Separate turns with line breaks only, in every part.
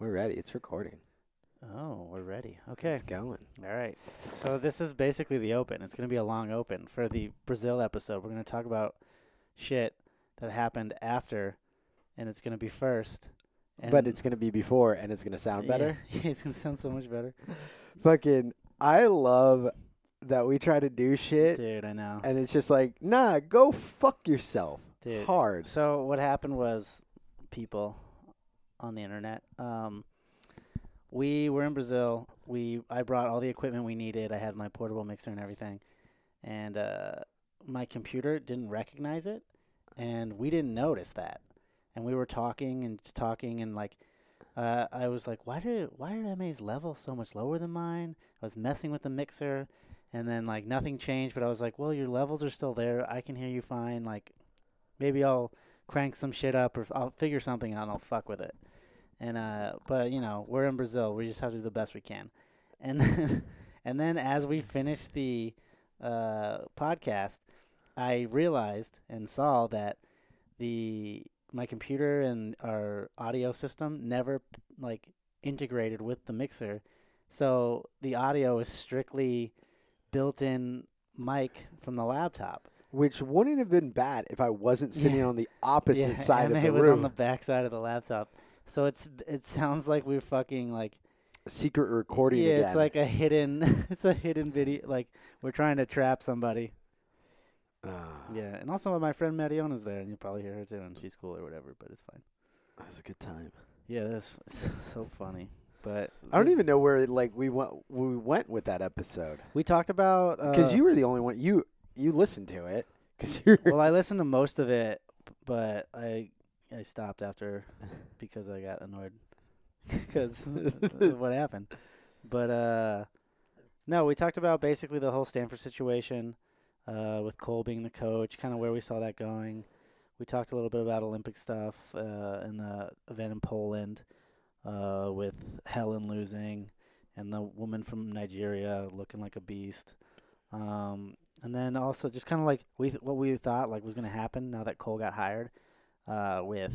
We're ready. It's recording.
Oh, we're ready. Okay.
It's going.
All right. So this is basically the open. It's going to be a long open for the Brazil episode. We're going to talk about shit that happened after, and it's going to be first. And
but it's going to be before and it's going to sound better.
Yeah, it's going to sound so much better,
Fucking, I love that we try to do shit
dude. I know.
and it's just like, nah, go fuck yourself.
Dude.
Hard.
So what happened was, people on the internet. Um, we were in Brazil. We I brought all the equipment we needed. I had my portable mixer and everything, and uh, my computer didn't recognize it, and we didn't notice that. And we were talking and talking and like. Uh, I was like, why did why did MA's level so much lower than mine? I was messing with the mixer, and then like nothing changed. But I was like, well, your levels are still there. I can hear you fine. Like, maybe I'll crank some shit up or f- I'll figure something out and I'll fuck with it. And uh, but you know, we're in Brazil. We just have to do the best we can. And then, and then as we finished the uh, podcast, I realized and saw that the my computer and our audio system never like integrated with the mixer, so the audio is strictly built-in mic from the laptop.
Which wouldn't have been bad if I wasn't sitting
Yeah.
on the opposite
Yeah,
side
MA
of the
was on
room.
the back side of the laptop. So it's it sounds like we're fucking like
Secret recording
yeah,
again.
it's like a hidden it's a hidden video like we're trying to trap somebody.
Ah,
Yeah, and also my friend Mariona's there, and you probably hear her too, and she's cool or whatever, but it's fine.
That was a good time.
Yeah, that's so funny. But
I don't even know where like we went. We went with that episode
We talked about
because
uh,
you were the only one. You you listened to it because you're
well, I listened to most of it, but I I stopped after because I got annoyed because what happened. But uh, no, we talked about basically the whole Stanford situation uh, with Cole being the coach, kind of where we saw that going. We talked a little bit about Olympic stuff uh, in the event in Poland uh, with Helen losing and the woman from Nigeria looking like a beast. Um, and then also just kind of like we what we thought like was going to happen now that Cole got hired, uh, with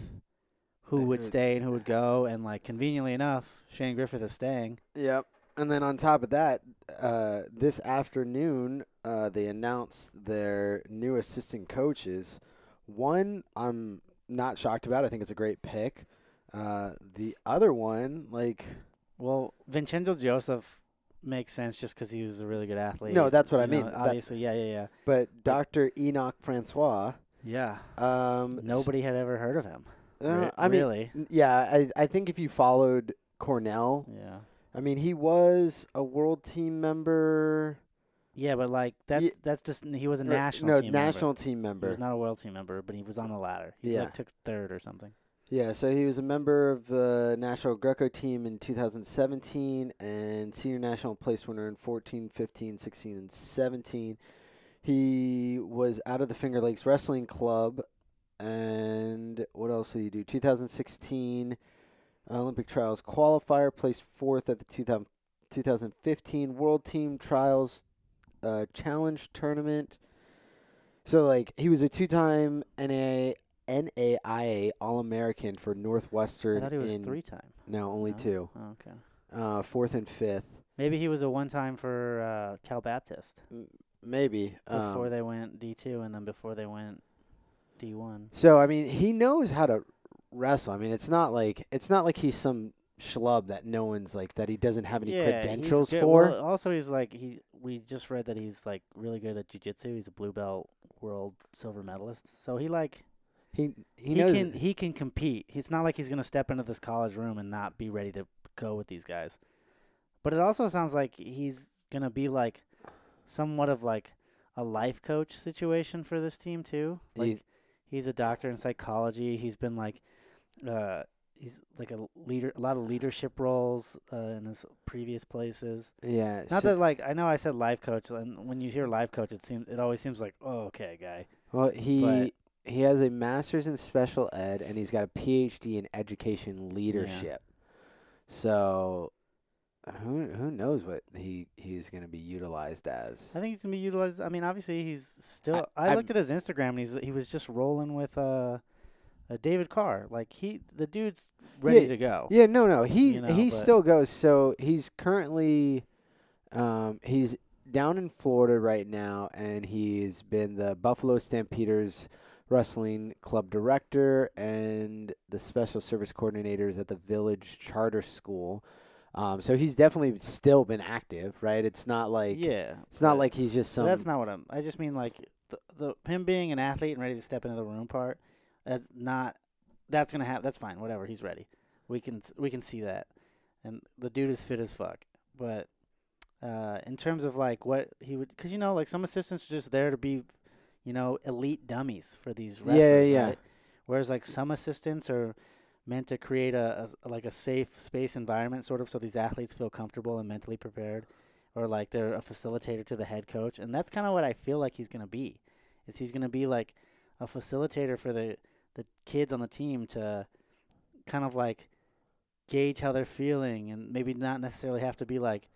who
And
would
who-
stay and who would go, and like conveniently enough, Shane Griffith is staying.
Yep. And then on top of that, uh, this afternoon uh, they announced their new assistant coaches. One I'm not shocked about. I think it's a great pick. Uh, the other one, like
Well, Vincenzo Joseph makes sense just because he was a really good athlete.
no, that's what I
You know,
mean. That-
obviously, yeah, yeah, yeah,
but Dr. Enoch Francois,
yeah.
um, s-
Nobody had ever heard of him.
uh,
Re-
I mean,
really?
n- yeah, I I think if you followed Cornell,
Yeah.
I mean, he was a world team member.
Yeah, but like that's
Ye-
that's just he was a
or-
national
no
team
national
member.
team member.
He was not a world team member, but he was on the ladder. He
Yeah.
like, took third or something.
Yeah, so he was a member of the National Greco team in 2017 and senior national place winner in 14, 15, 16, and 17. He was out of the Finger Lakes Wrestling Club. And what else did he do? 2016 Olympic Trials qualifier, placed fourth at the 2000, 2015 World Team Trials uh, Challenge Tournament. So, like, he was a two time NAA NAIA All American for Northwestern.
I thought he was
in-
three time.
No, only
No?
two.
Oh, okay.
Uh, fourth and fifth,
Maybe he was a one time for uh, Cal Baptist
maybe. Um,
before they went D two, and then before they went D one.
so I mean, he knows how to wrestle. I mean, it's not like it's not like he's some schlub that no one's like that. He doesn't have any
he's
credentials
good-
for.
well, also, he's like he. We just read that he's like really good at jujitsu. He's a blue belt world silver medalist. So he like
he he
he,
knows.
can he can compete. It's not like he's gonna step into this college room and not be ready to go with these guys. But it also sounds like he's gonna be like somewhat of like a life coach situation for this team too.
You-
Like he's a doctor in psychology. He's been like uh he's like a leader a lot of leadership roles uh, in his previous places.
yeah.
Not
so-
that like I know I said life coach and when you hear life coach it seems it always seems like oh okay guy.
well, he he has a master's in special ed and he's got a PhD in education leadership. So. Who who knows what he he's going to be utilized as?
I think he's gonna be utilized. I mean, obviously he's still.
I-
I,
I'm-
looked at his Instagram and he's he was just rolling with uh, uh, David Carr. Like he, the dude's ready
Yeah,
to go.
Yeah, no, no. He
You know,
he
but-
still goes. So he's currently um, he's down in Florida right now, and he's been the Buffalo Stampeders wrestling club director and the special service coordinators at the Village Charter School. Um, so he's definitely still been active, right? It's not like
yeah.
it's not
but-
like he's just
but
some.
that's not what I'm. I just mean like the, the him being an athlete and ready to step into the room part. That's not. That's gonna happen. That's fine. Whatever. He's ready. We can s- we can see that, and the dude is fit as fuck. But uh, in terms of like what he would, because you know, like some assistants are just there to be, you know, elite dummies for these
Yeah,
wrestlers.
yeah.
right? Whereas like some assistants are meant to create a, a like a safe space environment, sort of, so these athletes feel comfortable and mentally prepared, or like they're a facilitator to the head coach, and that's kind of what I feel like he's gonna be. Is he's gonna be like a facilitator for the the kids on the team to kind of like gauge how they're feeling and maybe not necessarily have to be like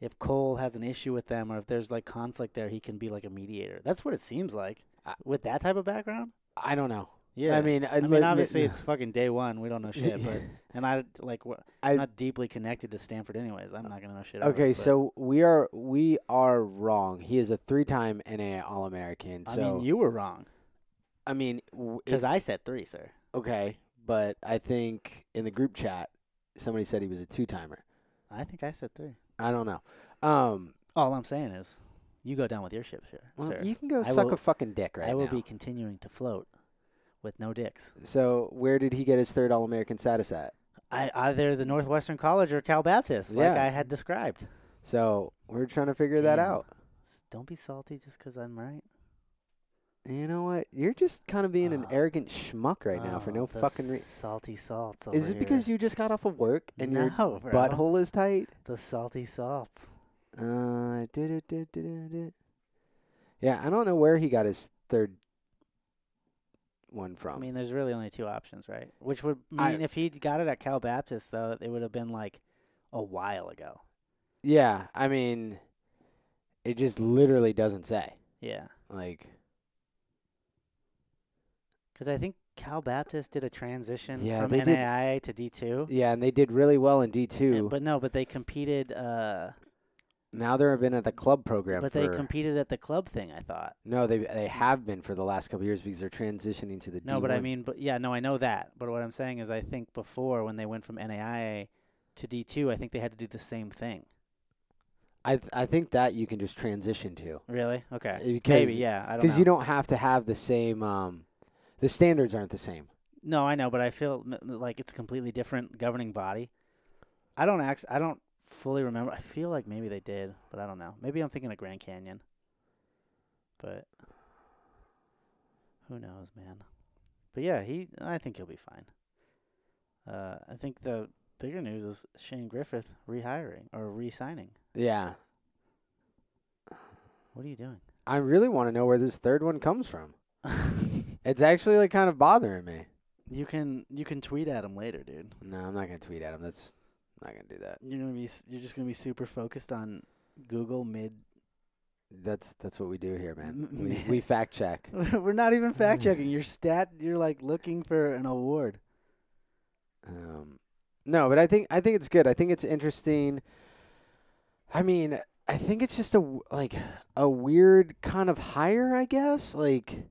if Cole has an issue with them or if there's like conflict there, he can be like a mediator. That's what it seems like
I-
with that type of background.
I don't know.
Yeah,
I mean, I,
I mean,
li-
obviously it's fucking day one. We don't know shit, but and I like wha-
I-
I'm not deeply connected to Stanford, anyways. I'm not gonna know shit. about
Okay,
it, but-
so we are we are wrong. He is a three-time NA All-American.
I
so
mean, you were wrong
I mean, w- it-
because I said three, sir.
okay, but I think in the group chat somebody said he was a two-timer.
I think I said three.
I don't know. Um,
All I'm saying is, you go down with your ship, sir.
well,
sir.
you can go
I
suck
will-
a fucking dick right
I will
now.
be continuing to float with no dicks.
So where did he get his third All-American status at?
I either the Northwestern College or Cal Baptist, like
Yeah.
I had described.
So we're trying to figure that
Damn.
out.
S- Don't be salty just 'cause I'm right.
You know what? You're just kind of being an
Oh.
arrogant schmuck right now for
Oh,
no
the
fucking reason.
Salty salts. Over
Is it because you just got off of work and your
no, bro.
butthole is tight?
The salty salts.
Uh, did it, did did it, did it. Yeah, I don't know where he got his third one from.
I mean, there's really only two options, right? Which would mean
Oh. I-
if he got it at Cal Baptist, though, it would have been like a while ago.
yeah, I mean, it just literally doesn't say.
Yeah.
Like,
Because I think Cal Baptist did a transition
Yeah,
from
they did-
NAIA to D2.
yeah, and they did really well in D
Yeah,
two.
But no, but they competed. Uh,
now they've been at the club program.
but
for,
they competed at the club thing. I thought.
no, they they have been for the last couple of years because they're transitioning to the.
No, but I
D1.
mean, but yeah, no, I know that. But what I'm saying is, I think before when they went from NAIA to D2, I think they had to do the same thing.
I th- I think that you can just transition to
Really? Okay.
because
Maybe. Yeah. I don't know.
because Uh, you don't have to have the same um, the standards aren't the same.
No, I know, but I feel m- m- like it's a completely different governing body. I don't act. I don't fully remember. I feel like maybe they did, but I don't know. Maybe I'm thinking of Grand Canyon. But who knows, man? But yeah, he. I think he'll be fine. Uh, I think the bigger news is Shane Griffith rehiring or re-signing.
Yeah,
What are you doing?
I really want to know where this third one comes from. It's actually like kind of bothering me.
you can you can tweet at him later, dude.
No, I'm not gonna tweet at him. That's not gonna do that.
You're gonna be s- you're just gonna be super focused on Google mid
That's that's what we do here, man.
M-
We
man.
we fact check.
We're not even fact checking. Your stat, you're like looking for an award.
Um, no, but I think I think it's good. I think it's interesting. I mean, I think it's just a w- like a weird kind of hire, I guess. Like,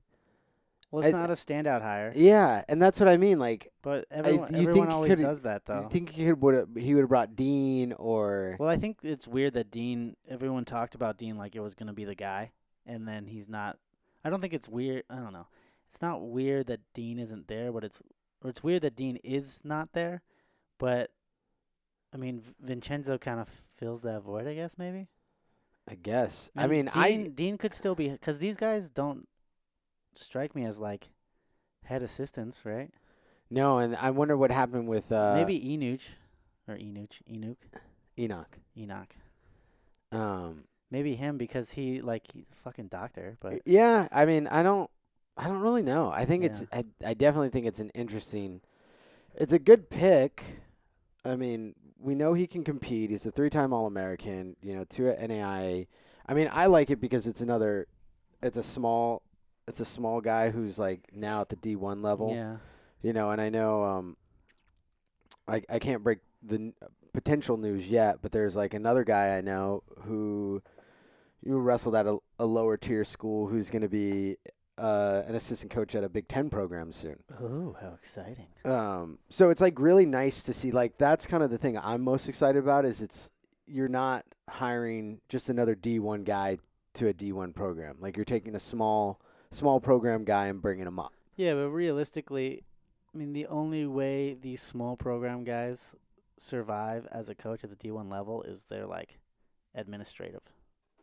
Well, it's
I-
not a standout hire,
yeah, and that's what I mean. Like,
but everyone,
you
everyone
think
always
coulda-
does that,
you
though.
think he could would he would have brought Dean or
well, I think it's weird that Dean. Everyone talked about Dean like it was going to be the guy, and then he's not. I don't think it's weird. I don't know. It's not weird that Dean isn't there, but it's or it's weird that Dean is not there. But I mean, V- Vincenzo kind of fills that void, I guess. Maybe.
I guess. I
And
mean,
Dean, Dean could still be because these guys don't strike me as like head assistants,
I
right?
no, and I wonder what happened with uh,
Maybe Enuch or Enuch, Enoch,
Enoch.
Enoch.
Um,
Maybe him because he like he's a fucking doctor, but
yeah, I mean, I don't, I don't really know. I think it's,
Yeah.
I, I definitely think it's an interesting, it's a good pick. I mean, we know he can compete. He's a three-time All-American. You know, two at NAIA. I mean, I like it because it's another, it's a small, it's a small guy who's like now at the D1 level.
yeah,
you know, and I know um, I I can't break the n- potential news yet, but there's like another guy I know who who wrestled at a, a lower tier school who's going to be uh, an assistant coach at a Big Ten program soon.
Oh, how exciting!
Um, so it's like really nice to see. Like that's kind of the thing I'm most excited about is it's you're not hiring just another D1 guy to a D1 program. Like you're taking a small small program guy and bringing him up.
Yeah, but realistically, I mean, the only way these small program guys survive as a coach at the D1 level is they're like administrative.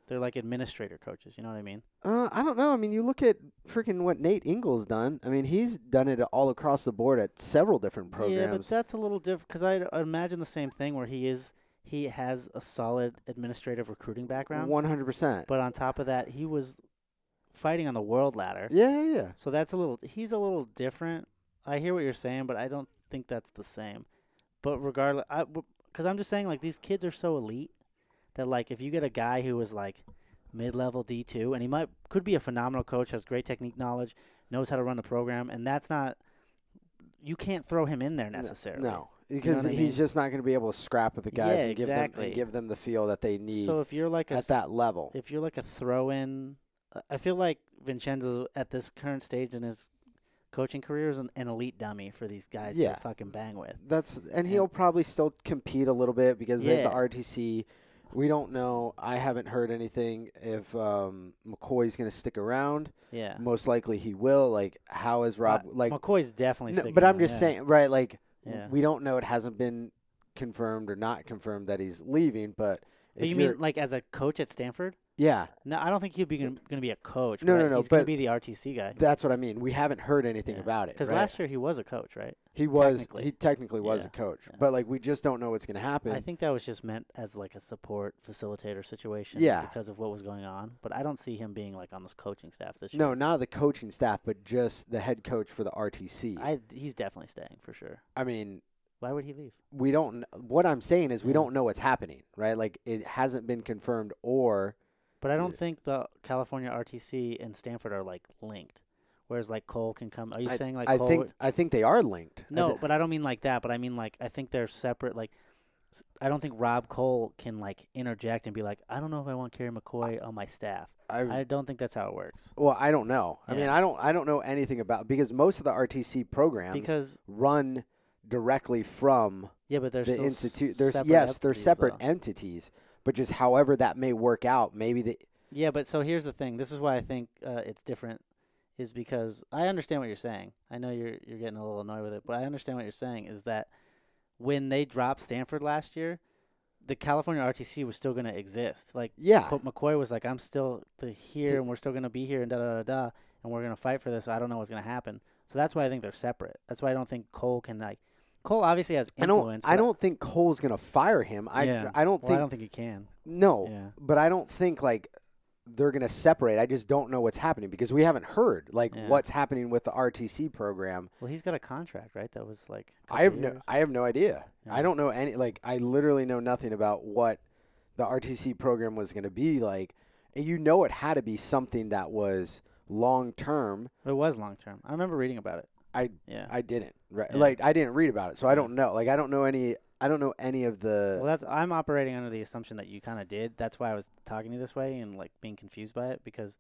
They're like administrator coaches. You know what I mean?
Uh, I don't know. I mean, you look at freaking what Nate Ingles done. I mean, he's done it all across the board at several different
Yeah, but
programs.
that's a little different because I I imagine the same thing where he is he has a solid administrative recruiting background,
One hundred percent.
but on top of that, he was fighting on the world ladder.
Yeah, yeah, yeah.
So that's a little. He's a little different. I hear what you're saying, but I don't think that's the same. But regardless, I because I'm just saying like these kids are so elite that like if you get a guy who is like mid-level D2 and he might could be a phenomenal coach, has great technique knowledge, knows how to run the program, and that's not you can't throw him in there
No,
necessarily.
No, because
what I
he's
mean?
just not going to be able to scrap with the guys
Yeah,
and give them
exactly.
and give them the feel that they need
So if you're like a
at that level.
if you're like a throw in, I feel like Vincenzo at this current stage in his coaching career is an, an elite dummy for these guys
Yeah.
to fucking bang with.
That's and he'll probably still compete a little bit because they have
Yeah.
the RTC. We don't know. I haven't heard anything if um, McCoy's going to stick around.
Yeah.
Most likely he will. Like how is Rob like?
McCoy's definitely
No,
sticking
but I'm
around,
just
yeah.
saying, right? Like w-
Yeah.
we don't know. It hasn't been confirmed or not confirmed that he's leaving. But if
But you
you're-
mean like as a coach at Stanford?
yeah,
No, I don't think he'd be going to be a coach.
No,
but
no, no,
He's going
but-
to be the RTC guy.
that's what I mean. We haven't heard anything
Yeah.
about it
Because
right?
last year he was a coach, right?
he was
technically-
he technically was
Yeah,
a coach,
yeah.
but like we just don't know what's going to happen.
I think that was just meant as like a support facilitator situation.
Yeah.
Because of what was going on, but I don't see him being like on this coaching staff this year.
no, not the coaching staff, but just the head coach for the RTC.
I he's definitely staying for sure.
I mean,
Why would he leave?
we don't. kn- What I'm saying is, we
Yeah.
don't know what's happening, right? Like it hasn't been confirmed, or
But I don't
Yeah.
think the California RTC and Stanford are like linked. Whereas like Cole can come. Are you
I,
saying like
I
Cole?
think
would-
I think they are linked. I
no,
thi-
but I don't mean like that. But I mean like I think they're separate. Like s- I don't think Rob Cole can like interject and be like, I don't know if I want Kerry McCoy on my staff.
I,
I don't think that's how it works.
well, I don't know. I
Yeah.
mean, I don't I don't know anything about because most of the RTC programs
Because
run directly from
yeah, but they're
the
still s-
institute. There's
separate
yes, they're
entities,
separate
though.
entities, but just however that may work out, maybe the
Yeah, but so here's the thing. This is why I think uh, it's different, is because I understand what you're saying. I know you're you're getting a little annoyed with it, but I understand what you're saying is that when they dropped Stanford last year, the California RTC was still going to exist. Like
yeah.
Colt McCoy was like, "I'm still the
He-
here, and we're still going to be here, and da da da da, and we're going to fight for this." I don't know what's going to happen. So that's why I think they're separate. That's why I don't think Cole can like. Cole obviously has
I don't.
influence.
I
but
don't think Cole's gonna fire him. I
Yeah.
I don't
Well,
think.
I don't think he can.
no,
Yeah.
but I don't think like they're gonna separate. I just don't know what's happening because we haven't heard like
Yeah.
what's happening with the RTC program.
Well, he's got a contract, right? That was like. a
I have
couple
no.
years.
I have no idea. I
Yeah.
don't know any. Like I literally know nothing about what the RTC program was gonna be like. And you know, it had to be something that was long term.
It was long term. I remember reading about it.
I-
yeah.
I uh, didn't. Right?
Yeah.
Like I didn't read about it, so I
Yeah.
don't know. Like I don't know any. I don't know any of the.
well, that's I'm operating under the assumption that you kind of did. That's why I was talking to you this way and like being confused by it because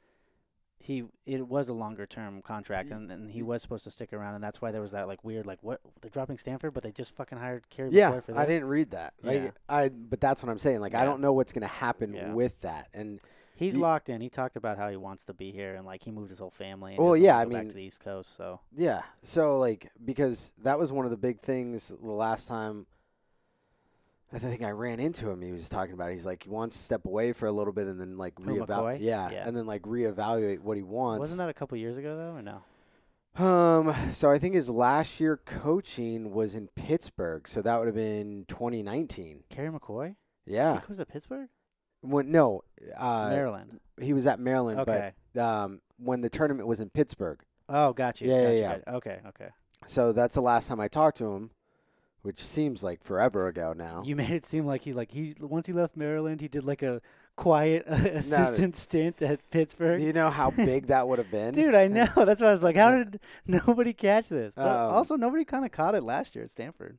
he it was a longer term contract
Y-
and, and he was supposed to stick around and that's why there was that like weird like what they're dropping Stanford but they just fucking hired Kerry
Yeah,
McCoy for this.
I didn't read that. Like,
Yeah.
I but that's what I'm saying. Like I
Yeah.
don't know what's gonna happen
Yeah.
with that. And
He's
Ye-
locked in. He talked about how he wants to be here and like he moved his whole family. And
Well,
doesn't
yeah,
wanna
I
go
mean-
back to the East Coast. So
yeah, so like because that was one of the big things the last time. I think I ran into him. He was talking about. It. He's like he wants to step away for a little bit and then like
Who, McCoy?
reevaluate. Yeah,
Yeah.
and then like reevaluate what he wants.
wasn't that a couple years ago though or no?
um. So I think his last year coaching was in Pittsburgh. So that would have been 2019.
Kerry McCoy?
Yeah.
He comes to Pittsburgh,
When no, uh,
Maryland.
he was at Maryland,
Okay.
but um, when the tournament was in Pittsburgh.
Oh, got you.
Yeah, yeah,
got you,
yeah.
got you. Okay, okay.
So that's the last time I talked to him, which seems like forever ago now.
You made it seem like he like he once he left Maryland, he did like a quiet assistant stint at Pittsburgh.
Do you know how big that would have been?
Dude, I know. That's why I was like, how did nobody catch this? But
Um,
also, nobody kind of caught it last year at Stanford.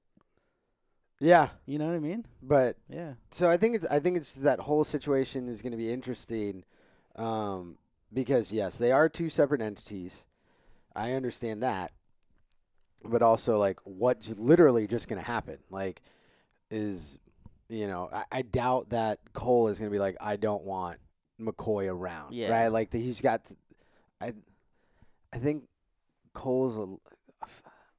Yeah,
You know what I mean?
but
Yeah.
so I think it's I think it's that whole situation is going to be interesting, um, because yes, they are two separate entities. I understand that, but also like what's literally just going to happen, like, is you know I, I doubt that Cole is going to be like I don't want McCoy around,
Yeah.
right? Like the, he's got, I, I think Cole's a,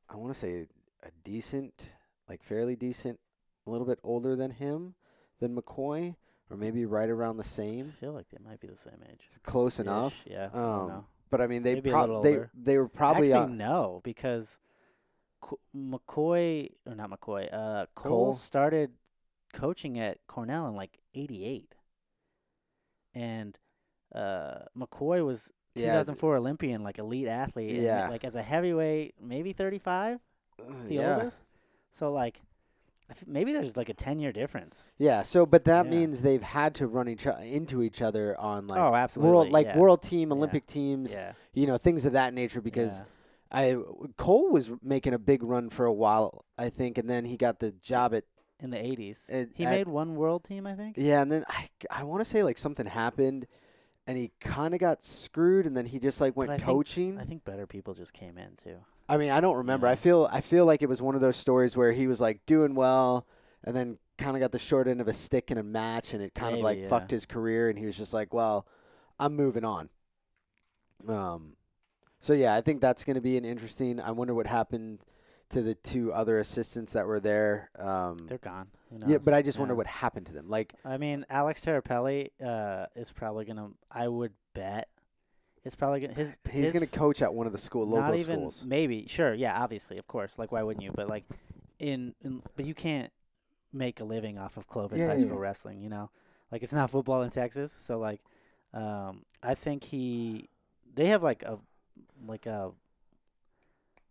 I want to say a decent, like fairly decent, a little bit older than him, than McCoy, or maybe right around the
I
same,
feel like they might be the same age.
close enough.
Ish, Yeah. I
Um,
don't know.
But I mean, they
Maybe a
prob-
little
they
older.
they were probably
Actually,
uh,
no, because Co- McCoy, or not McCoy, uh, Cole,
Cole?
started coaching at Cornell in like 88. And uh, McCoy was
yeah,
2004 Olympian, like elite athlete. and,
Yeah.
like as a heavyweight, maybe 35,
uh,
the
yeah,
oldest. So, like, I f- maybe there's like a 10 year difference.
yeah. So, but that
Yeah.
means they've had to run each o- into each other on like
oh, absolutely.
world like
yeah.
world team,
Yeah.
Olympic teams,
Yeah.
you know, things of that nature because.
yeah.
I Cole was making a big run for a while, I think, and then he got the job at
in the 80s,
It-
he
I-
made one world team, I think.
yeah, and then I I want to say like something happened, and he kind of got screwed, and then he just like
I
went
think-
coaching.
I think better people just came in too.
I mean, I don't remember.
Yeah.
I feel I feel like it was one of those stories where he was like doing well, and then kind of got the short end of a stick in a match, and it kind of
Maybe,
like
yeah.
fucked his career, and he was just like, well, I'm moving on. Um, so yeah, I think that's going to be an interesting. I wonder what happened to the two other assistants that were there. Um,
They're gone. Who
yeah,
knows?
but I just wonder
Yeah.
what happened to them. Like,
I mean, Alex Terrapelli uh, is probably gonna. I would bet it's probably gonna. His
he's
his
going to coach at one of the school local
not even
schools.
maybe sure yeah obviously of course like why wouldn't you but like in, in but you can't make a living off of Clovis
Yeah,
high
yeah,
school
yeah.
wrestling you know like it's not football in Texas so like um I think he they have like a like a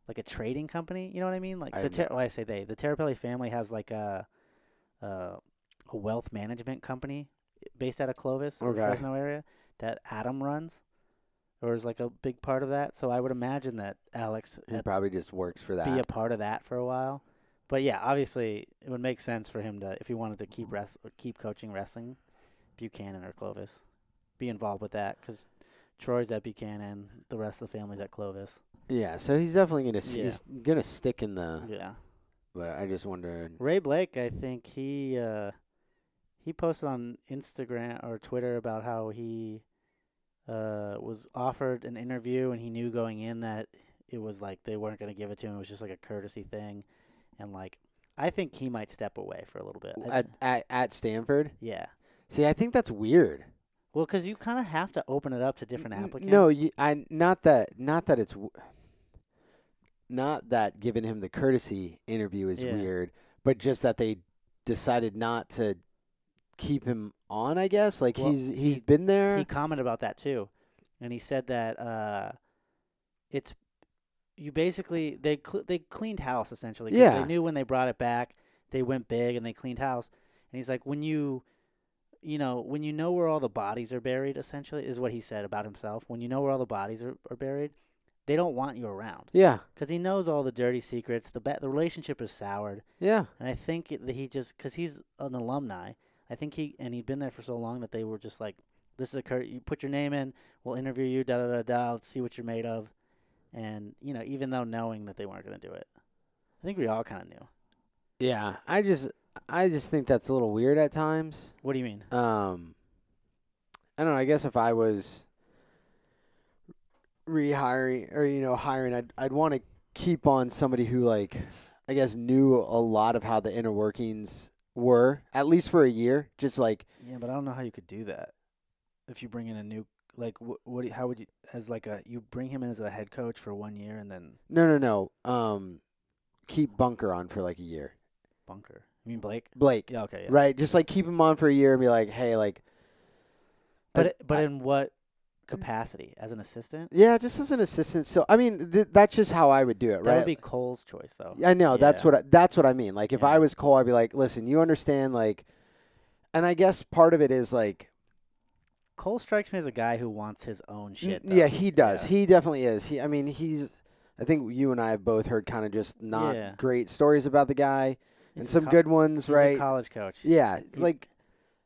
like a trading company you know what I mean like
I
the
have
ter- well, I say they the Terrapelli family has like a uh, a wealth management company based out of Clovis or
Okay.
Fresno area that Adam runs, or is like a big part of that. So I would imagine that Alex
He
had
probably just works for that.
be a part of that for a while. But yeah, obviously it would make sense for him to if he wanted to keep rest or keep coaching wrestling, Buchanan or Clovis, be involved with that because Troy's at Buchanan, the rest of the family's at Clovis.
yeah, so he's definitely going to
Yeah.
he's going to stick in the.
Yeah,
But I just wonder.
Ray Blake, I think he uh, he posted on Instagram or Twitter about how he uh, was offered an interview and he knew going in that it was like they weren't going to give it to him. It was just like a courtesy thing, and like I think he might step away for a little bit. I th-
at, at at Stanford.
yeah,
See, I think that's weird.
well, because you kind of have to open it up to different
N-
applicants.
No, you, I not that not that it's w- not that giving him the courtesy interview is
Yeah.
weird, but just that they decided not to keep him on. I guess like
Well,
he's he's
he-
been there.
he commented about that too, and he said that uh, it's you basically they cl- they cleaned house essentially. 'cause
Yeah.
they knew when they brought it back, they went big and they cleaned house. And he's like, when you, you know, when you know where all the bodies are buried, essentially is what he said about himself. When you know where all the bodies are, are buried, they don't want you around
yeah,
because he knows all the dirty secrets. The ba- the relationship is soured.
yeah,
And I think it, that he just because he's an alumni, I think he and he'd been there for so long that they were just like, "This is a cur- you put your name in, we'll interview you, da da da da, let's see what you're made of," and you know, even though knowing that they weren't going to do it, I think we all kind of knew.
yeah. I just I just think that's a little weird at times.
What do you mean?
Um, I don't know. I guess if I was rehiring or you know hiring, I'd I'd want to keep on somebody who like I guess knew a lot of how the inner workings were at least for a year. Just like
Yeah, but I don't know how you could do that if you bring in a new like what how would you as like a you bring him in as a head coach for one year and then
no, no, no. Um, keep Bunker on for like a year.
bunker. I mean Blake?
Blake,
Yeah, okay, yeah.
right? Just like keep him on for a year and be like, hey, like
But
I-
it- but Mm.
I-
in what capacity as an assistant?
yeah, just as an assistant. So I mean, th- that's just how I would do it,
That
right?
would be Cole's choice though.
I know that's
Yeah.
what I, that's what I mean. Like if
Yeah.
I was Cole, I'd be like, listen, you understand, like, and I guess part of it is like
Cole strikes me as a guy who wants his own shit. though.
yeah, he does.
Yeah.
He definitely is. He, I mean, he's. I think you and I have both heard kind of just not
Yeah.
great stories about the guy,
He's
and
a
some
co-
good ones,
he's
right?
A college coach.
yeah,
He-
like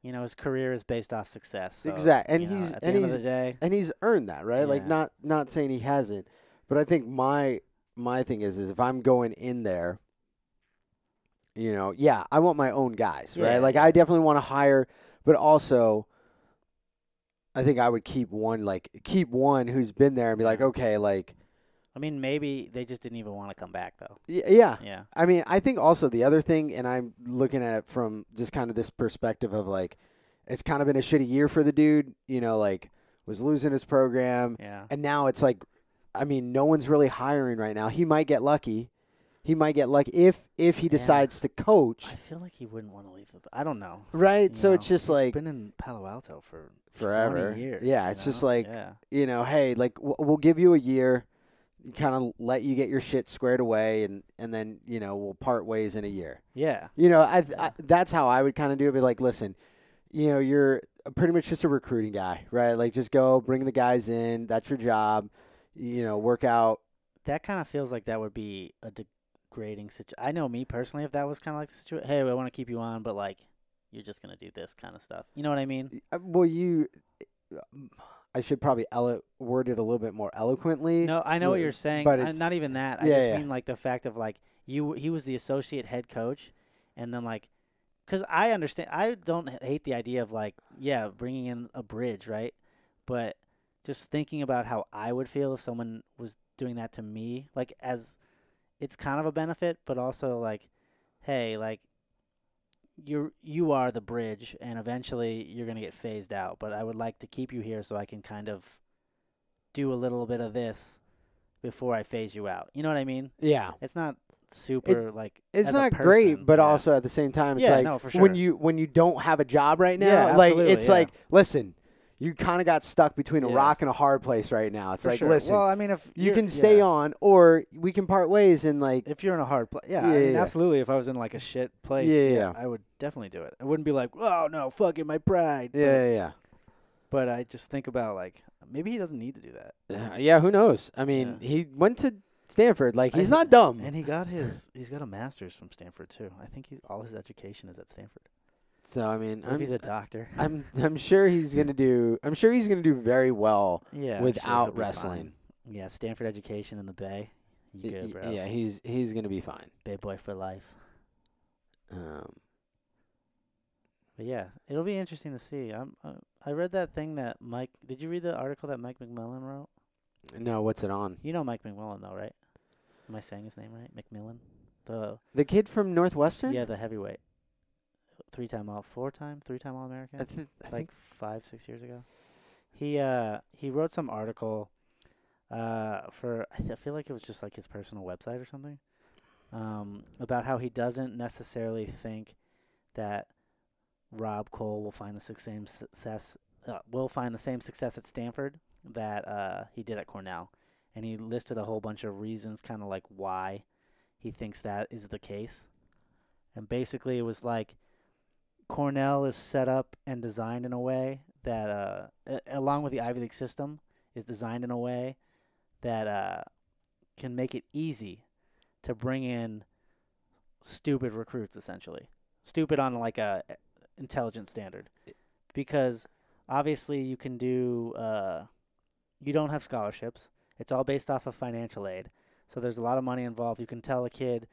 You know, his career is based off success. So,
Exact- and
you know,
he's-
at the
and
end
he's-
of the day.
and he's earned that, right? Like
Yeah.
not not saying he hasn't, but I think my my thing is is if I'm going in there, you know, yeah, I want my own guys, right?
Yeah,
Like I definitely want to hire, but also I think I would keep one like keep one who's been there and be like, okay, like
I mean, maybe they just didn't even want to come back though.
y- yeah.
Yeah.
I mean, I think also the other thing, and I'm looking at it from just kind of this perspective of like, it's kind of been a shitty year for the dude. You know, like was losing his program,
Yeah.
and now it's like I mean, no one's really hiring right now. He might get lucky. He might get lucky if if he
Yeah.
decides to coach,
I feel like he wouldn't want to leave the. I don't know.
right?
you
so it's
know?
just
He's
like
been in Palo Alto for 20
Forever.
years,
Yeah,
you
it's just
know?
like-
yeah.
you know, hey, like we'll, we'll give you a year, kind of let you get your shit squared away, and and then you know we'll part ways in a year.
yeah,
You know, I,
Yeah.
I that's how I would kind of do it. Be like, listen, you know, you're pretty much just a recruiting guy, right? Like just go bring the guys in. That's your job. You know, work out.
that kind of feels like that would be a degrading situation. I know me personally, if that was kind of like the situation, hey, I want to keep you on, but like you're just gonna do this kind of stuff. You know what I mean?
Uh, Well, you, I should probably elo- word it a little bit more eloquently.
No, I know what
Yeah,
you're saying.
but
I,
it's-
not even that. I
yeah,
just
yeah.
mean like the fact of like you. He was the associate head coach, and then like. Because I understand, I don't h- hate the idea of like, yeah, bringing in a bridge, right? But just thinking about how I would feel if someone was doing that to me, like as it's kind of a benefit, but also like, hey, like you're you are the bridge, and eventually you're gonna get phased out. But I would like to keep you here so I can kind of do a little bit of this before I phase you out. You know what I mean?
Yeah,
It's not super like
it's
as a
not great,
person,
but
yeah.
also at the same time, it's
Yeah,
like
no, for
when
sure.
you when you don't have a job right now,
Yeah,
like
absolutely,
it's
yeah.
like listen, you kind of got stuck between a
Yeah.
rock and a hard place right now. It's
For
like
sure.
listen,
Well, I mean, if
you
you're-
can stay
yeah.
on, or we can part ways and like
if you're in a hard place, yeah,
Yeah,
I mean,
yeah.
absolutely. If I was in like a shit place,
Yeah,
yeah,
yeah.
I would definitely do it. I wouldn't be like, oh no, fucking my pride. But-
yeah, yeah,
but, I just think about like maybe he doesn't need to do that,
yeah. Uh, yeah. Who knows? I mean, he went to Stanford. Like he's
And-
not dumb.
and he got his he's got a master's from Stanford too. I think he, all his education is at Stanford.
so I mean,
What if
I'm,
he's a doctor,
I'm I'm sure he's gonna do. I'm sure he's gonna do very well.
yeah, I'm sure
without
he'll be
wrestling.
fine. Yeah, Stanford education in the Bay, you
Y-
good,
y-
bro?
Yeah, he's he's gonna be fine.
Bay boy for life.
Um,
But yeah, it'll be interesting to see. I'm, uh, I read that thing that Mike. Did you read the article that Mike McMillan wrote?
no, what's it on?
You know Mike McMillan though, right? Am I saying his name right? McMillan, the
The kid from Northwestern.
yeah, the heavyweight, three-time all, four-time, three-time all-American,
I, th- I
like
think.
five, six years ago. He uh he wrote some article, uh for I, th- I feel like it was just like his personal website or something, um about how he doesn't necessarily think that Rob Cole will find the suc- same success uh, will find the same success at Stanford that uh he did at Cornell, and he listed a whole bunch of reasons, kind of like why he thinks that is the case. And basically, it was like Cornell is set up and designed in a way that, uh, a- along with the Ivy League system, is designed in a way that uh, can make it easy to bring in stupid recruits, essentially. Stupid on like a intelligent standard, because obviously you can do. Uh, you don't have scholarships. It's all based off of financial aid. So there's a lot of money involved. You can tell a kid,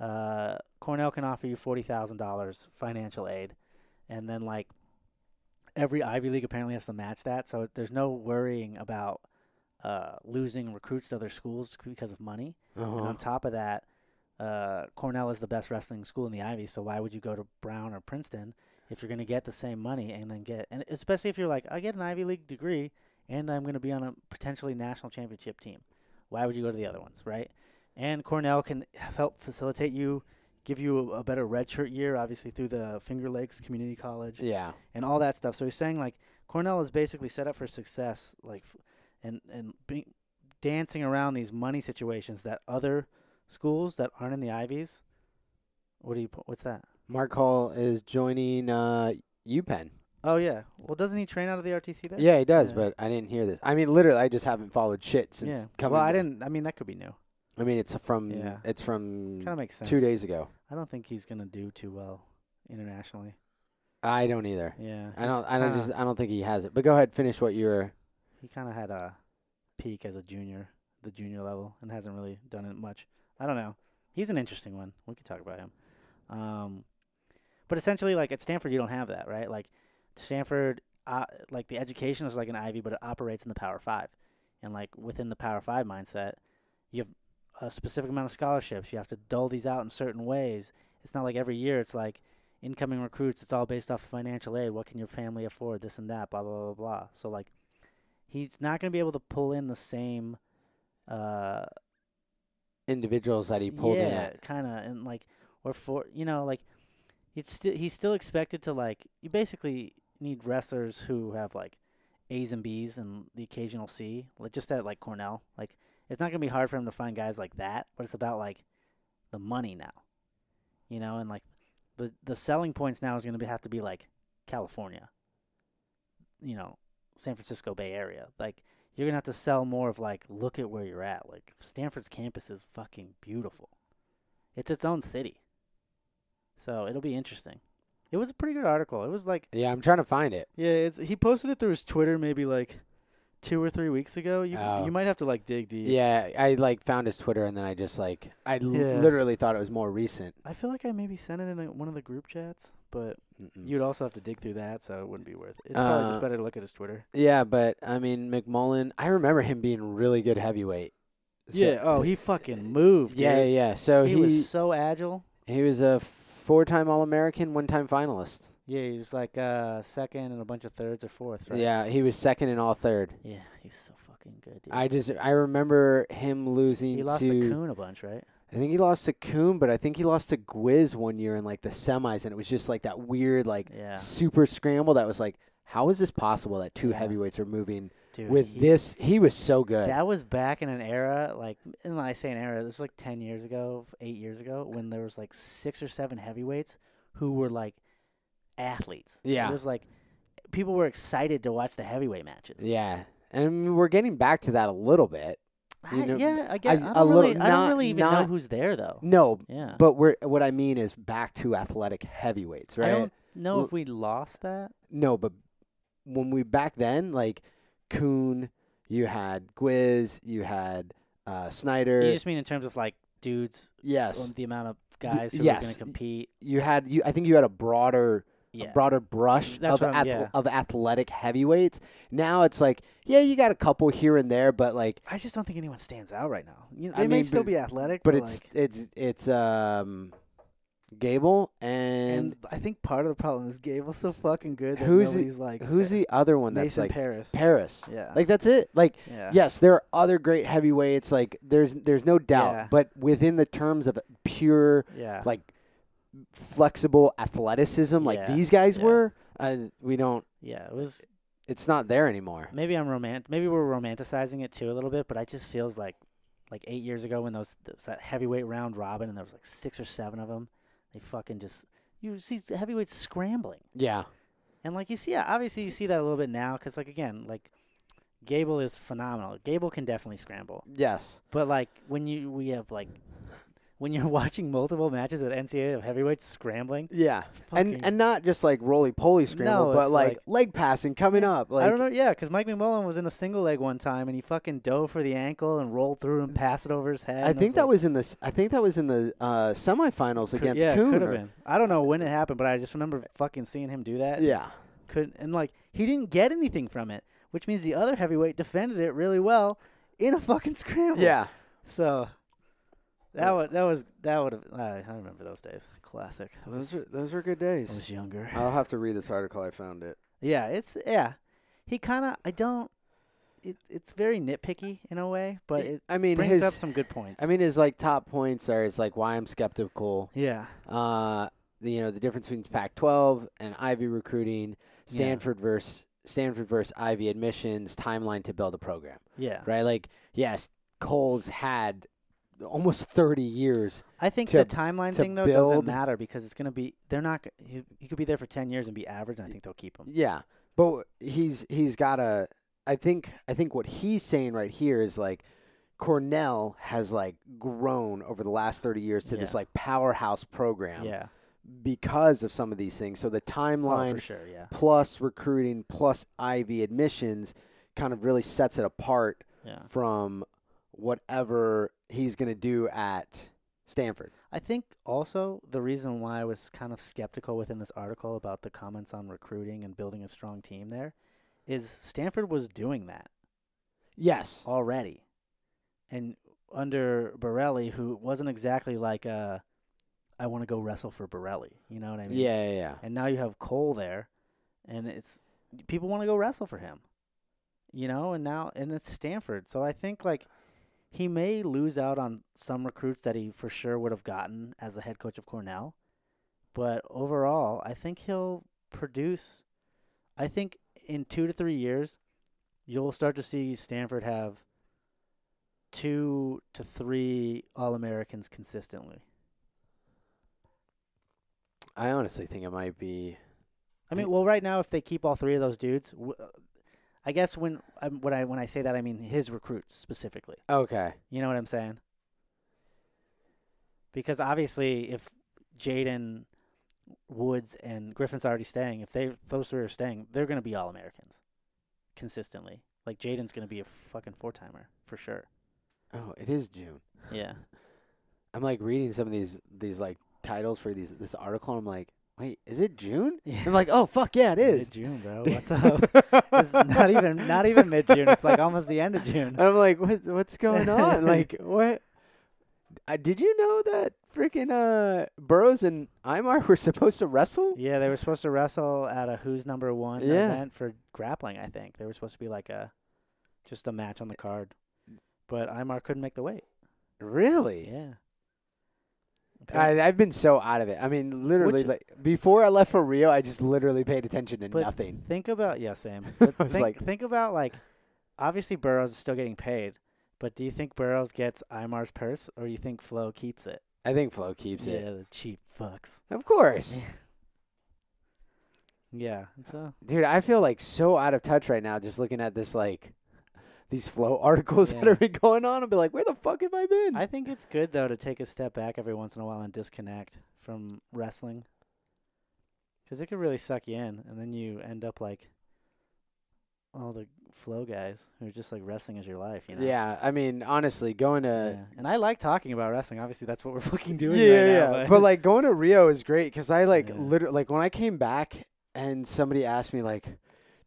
uh, Cornell can offer you forty thousand dollars financial aid, and then like every Ivy League apparently has to match that. So there's no worrying about uh, losing recruits to other schools because of money. And
Uh-huh.
on top of that, uh, Cornell is the best wrestling school in the Ivy. So why would you go to Brown or Princeton if you're going to get the same money and then get, and especially if you're like, I get an Ivy League degree and I'm going to be on a potentially national championship team. Why would you go to the other ones, right? And Cornell can help facilitate you, give you a, a better redshirt year, obviously through the Finger Lakes Community College
Yeah.
and all that stuff. So he's saying like Cornell is basically set up for success, like, f- and and be, dancing around these money situations that other schools that aren't in the Ivies. What do you? pu- What's that?
Mark Hall is joining uh, UPenn.
Oh yeah. Well, doesn't he train out of the RTC there?
Yeah, he does,
Yeah.
but I didn't hear this. I mean, literally, I just haven't followed shit since
Yeah.
coming.
well, I
back.
didn't. I mean, that could be new.
I mean, it's from
Yeah.
it's from
Kind of makes sense.
Mm. two days ago.
I don't think he's gonna do too well internationally.
I don't either.
Yeah.
I don't.
he's
I don't.
kinda-
Just. I don't think he has it. But go ahead, finish what you were.
he kind of had a peak as a junior, the junior level, and hasn't really done it much. I don't know. He's an interesting one. We could talk about him. Um, but essentially, like at Stanford, you don't have that, right? Like Stanford, uh, like the education is like an Ivy, but it operates in the Power Five, and like within the Power Five mindset, you have a specific amount of scholarships. You have to dull these out in certain ways. It's not like every year. It's like incoming recruits. It's all based off of financial aid. What can your family afford? This and that. Blah blah blah blah. So like he's not going to be able to pull in the same uh
Individuals that he pulled in
yeah,
at.
kind of and like or for you know like it's still he's still expected to like you basically need wrestlers who have like A's and B's and the occasional C like just at like Cornell like it's not going to be hard for him to find guys like that but it's about like the money now you know and like the the selling points now is going to have to be like California you know San Francisco Bay Area like you're gonna have to sell more of like look at where you're at like stanford's campus is fucking beautiful it's its own city so it'll be interesting it was a pretty good article it was like
Yeah, I'm trying to find it.
yeah it's, he posted it through his twitter maybe like two or three weeks ago you,
Oh.
you might have to like dig deep
Yeah, I like found his Twitter and then I just like I l-
Yeah.
literally thought it was more recent.
i feel like i maybe sent it in like, one of the group chats but
Mm-mm.
you'd also have to dig through that so it wouldn't be worth it it's probably
Mm. Uh,
just better to look at his twitter
Yeah, but I mean McMullen, I remember him being really good heavyweight. So-
yeah oh he fucking moved
Yeah,
dude.
yeah. So
he
he
was so agile
he was a four-time All-American, one-time finalist.
Yeah, he was like uh, second and a bunch of thirds or fourths, right?
Yeah, he was second in all third.
Yeah, he's so fucking good, dude.
I just I remember him losing
he lost
to
to Coon a bunch, right?
I think he lost to Coon, but I think he lost to Gwiz one year in like the semis, and it was just like that weird like
Yeah,
super scramble that was like, how is this possible that two
Yeah.
heavyweights are moving
dude.
with
he-
this? He was so good.
that was back in an era, like, and when I say an era, this was like ten years ago, f- eight years ago, when there was like six or seven heavyweights who were like athletes.
Yeah.
it was like people were excited to watch the heavyweight matches.
yeah, and we're getting back to that a little bit. you
I,
know,
yeah, I guess I,
a
don't
little-
really, I
not-
don't really even know
not-
who's there though.
No,
Yeah,
but we're what I mean is back to athletic heavyweights,
I
right?
don't know
Well-
if we lost that.
No, but when we back then like Coon, you had Gwiz, you had uh, Snyder.
You just mean in terms of like dudes
yes,
um, the amount of guys who are going
yes.
to compete.
you had you. I think you had a broader a
Yeah,
broader brush
That's
of,
what I'm-
ath-
yeah.
of athletic heavyweights. Now it's like, yeah, you got a couple here and there, but like,
I just don't think anyone stands out right now. You know,
I
they may
mean,
still
but-
be athletic,
but
but,
it's
like,
it's it's um, Gable
and
and,
I think part of the problem is Gable's so fucking good that
Who's the-
nobody's like
who's the other one that's
Mason
like
Paris.
Paris?
yeah,
Like that's it. Like
yeah,
yes, there are other great heavyweights. Like there's there's no doubt,
Yeah.
but within the terms of pure
yeah.
like flexible athleticism, like
Yeah.
these guys
Yeah.
were, uh, we don't.
yeah, it was.
It's not there anymore.
Maybe I'm romantic. Maybe we're romanticizing it too a little bit, but I just feels like like eight years ago when those there was that heavyweight round robin and there was like six or seven of them, they fucking just you see the heavyweights scrambling.
Yeah.
And like you see, yeah, obviously you see that a little bit now because like again, like Gable is phenomenal. Gable can definitely scramble,
Yes.
but like when you we have like when you're watching multiple matches at NCAA of heavyweights scrambling,
Yeah.
it's
and
fucking-
and not just like roly poly scramble,
No,
but
it's
like,
like-
leg passing coming up. Like
I don't know, yeah, because Mike McMullen was in a single leg one time and he fucking dove for the ankle and rolled through and passed it over his head.
I
and
think
it
that was in the s- I think that was in the uh, semifinals
like, could-
against
yeah,
Kuhn.
could have
or-
been. I don't know when it happened, but I just remember fucking seeing him do that. and
Yeah.
just couldn't and like he didn't get anything from it, which means the other heavyweight defended it really well in a fucking scramble.
Yeah.
So
Yeah.
that would that was that would have I, I remember those days. Classic. I
Those
was,
were those were good
I was
days.
younger.
I'll have to read this article. I found it.
yeah, it's yeah. He kind of I don't. It, it's very nitpicky in a way, but it
I mean
brings
his
up some good points.
I mean his like top points are it's like why I'm skeptical.
yeah,
Uh, the, you know the difference between Pac-12 and Ivy recruiting,
Yeah.
Stanford versus Stanford versus Ivy admissions timeline to build a program.
yeah,
Right? Like yes, Coles had almost 30 years.
I think
to-
the timeline
to
thing though
build-
doesn't matter because it's gonna be they're not. g- He, he could be there for ten years and be average, and I think they'll keep him.
Yeah, but he's he's got a. I think I think what he's saying right here is like Cornell has like grown over the last 30 years to this
Yeah.
like powerhouse program
Yeah,
because of some of these things. So the
oh,
timeline
for sure. Yeah,
plus recruiting plus Ivy admissions kind of really sets it apart
yeah.
from whatever he's going to do at Stanford.
I think also the reason why I was kind of skeptical within this article about the comments on recruiting and building a strong team there is Stanford was doing that
Yes.
Oh, already. And under Borelli, who wasn't exactly like a, I want to go wrestle for Borelli. You know what I mean?
Yeah, yeah, yeah.
And now you have Cole there, and it's people want to go wrestle for him, you know. And now and it's Stanford, so I think like he may lose out on some recruits that he for sure would have gotten as the head coach of Cornell, but overall, I think he'll produce. I think in two to three years, you'll start to see Stanford have two to three All Americans consistently.
I honestly think it might be
I
Hey.
mean, well, right now, if they keep all three of those dudes, w- uh, I guess when um, when I when I say that, I mean his recruits specifically.
okay.
You know what I'm saying? Because obviously, if Jaden Woods and Griffin's already staying, if they those three are staying, they're going to be all Americans consistently. Like Jaden's going to be a fucking four timer for sure.
Oh, it is June.
Yeah.
I'm like reading some of these these like titles for these this article. And I'm like, wait, is it June? I'm like, oh fuck yeah, it is.
June, bro. What's up? it's not even not even mid June. It's like almost the end of June.
And I'm like, what's what's going on? like, what? Uh, did you know that freaking uh, Burroughs and Imar were supposed to wrestle?
Yeah, they were supposed to wrestle at a Who's Number One
Yeah.
event for grappling. I think they were supposed to be like a just a match on the card, but Imar couldn't make the weight.
Really?
Yeah,
I, I've been so out of it. I mean, literally,
Which-
like before I left for Rio, I just literally paid attention to
But
nothing.
Think about yeah, Sam. But
I was
think,
like-
think about like obviously Burrows is still getting paid, but do you think Burrows gets Imar's purse or do you think Flo keeps it?
I think Flo keeps
yeah,
it.
the cheap fucks.
Of course.
Yeah, so
Dude, I feel like so out of touch right now just looking at this like these flow articles that
Yeah.
are been going on. I'll be like, where the fuck have I been?
I think it's good though to take a step back every once in a while and disconnect from wrestling. 'Cause it could really suck you in, and then you end up like all the flow guys who are just like wrestling is your life, you know?
Yeah, I mean, honestly, going to
Yeah. And I like talking about wrestling. Obviously, that's what we're fucking doing.
yeah,
right
yeah.
now,
but. like going to Rio is great because I like
Yeah.
literally like when I came back and somebody asked me like,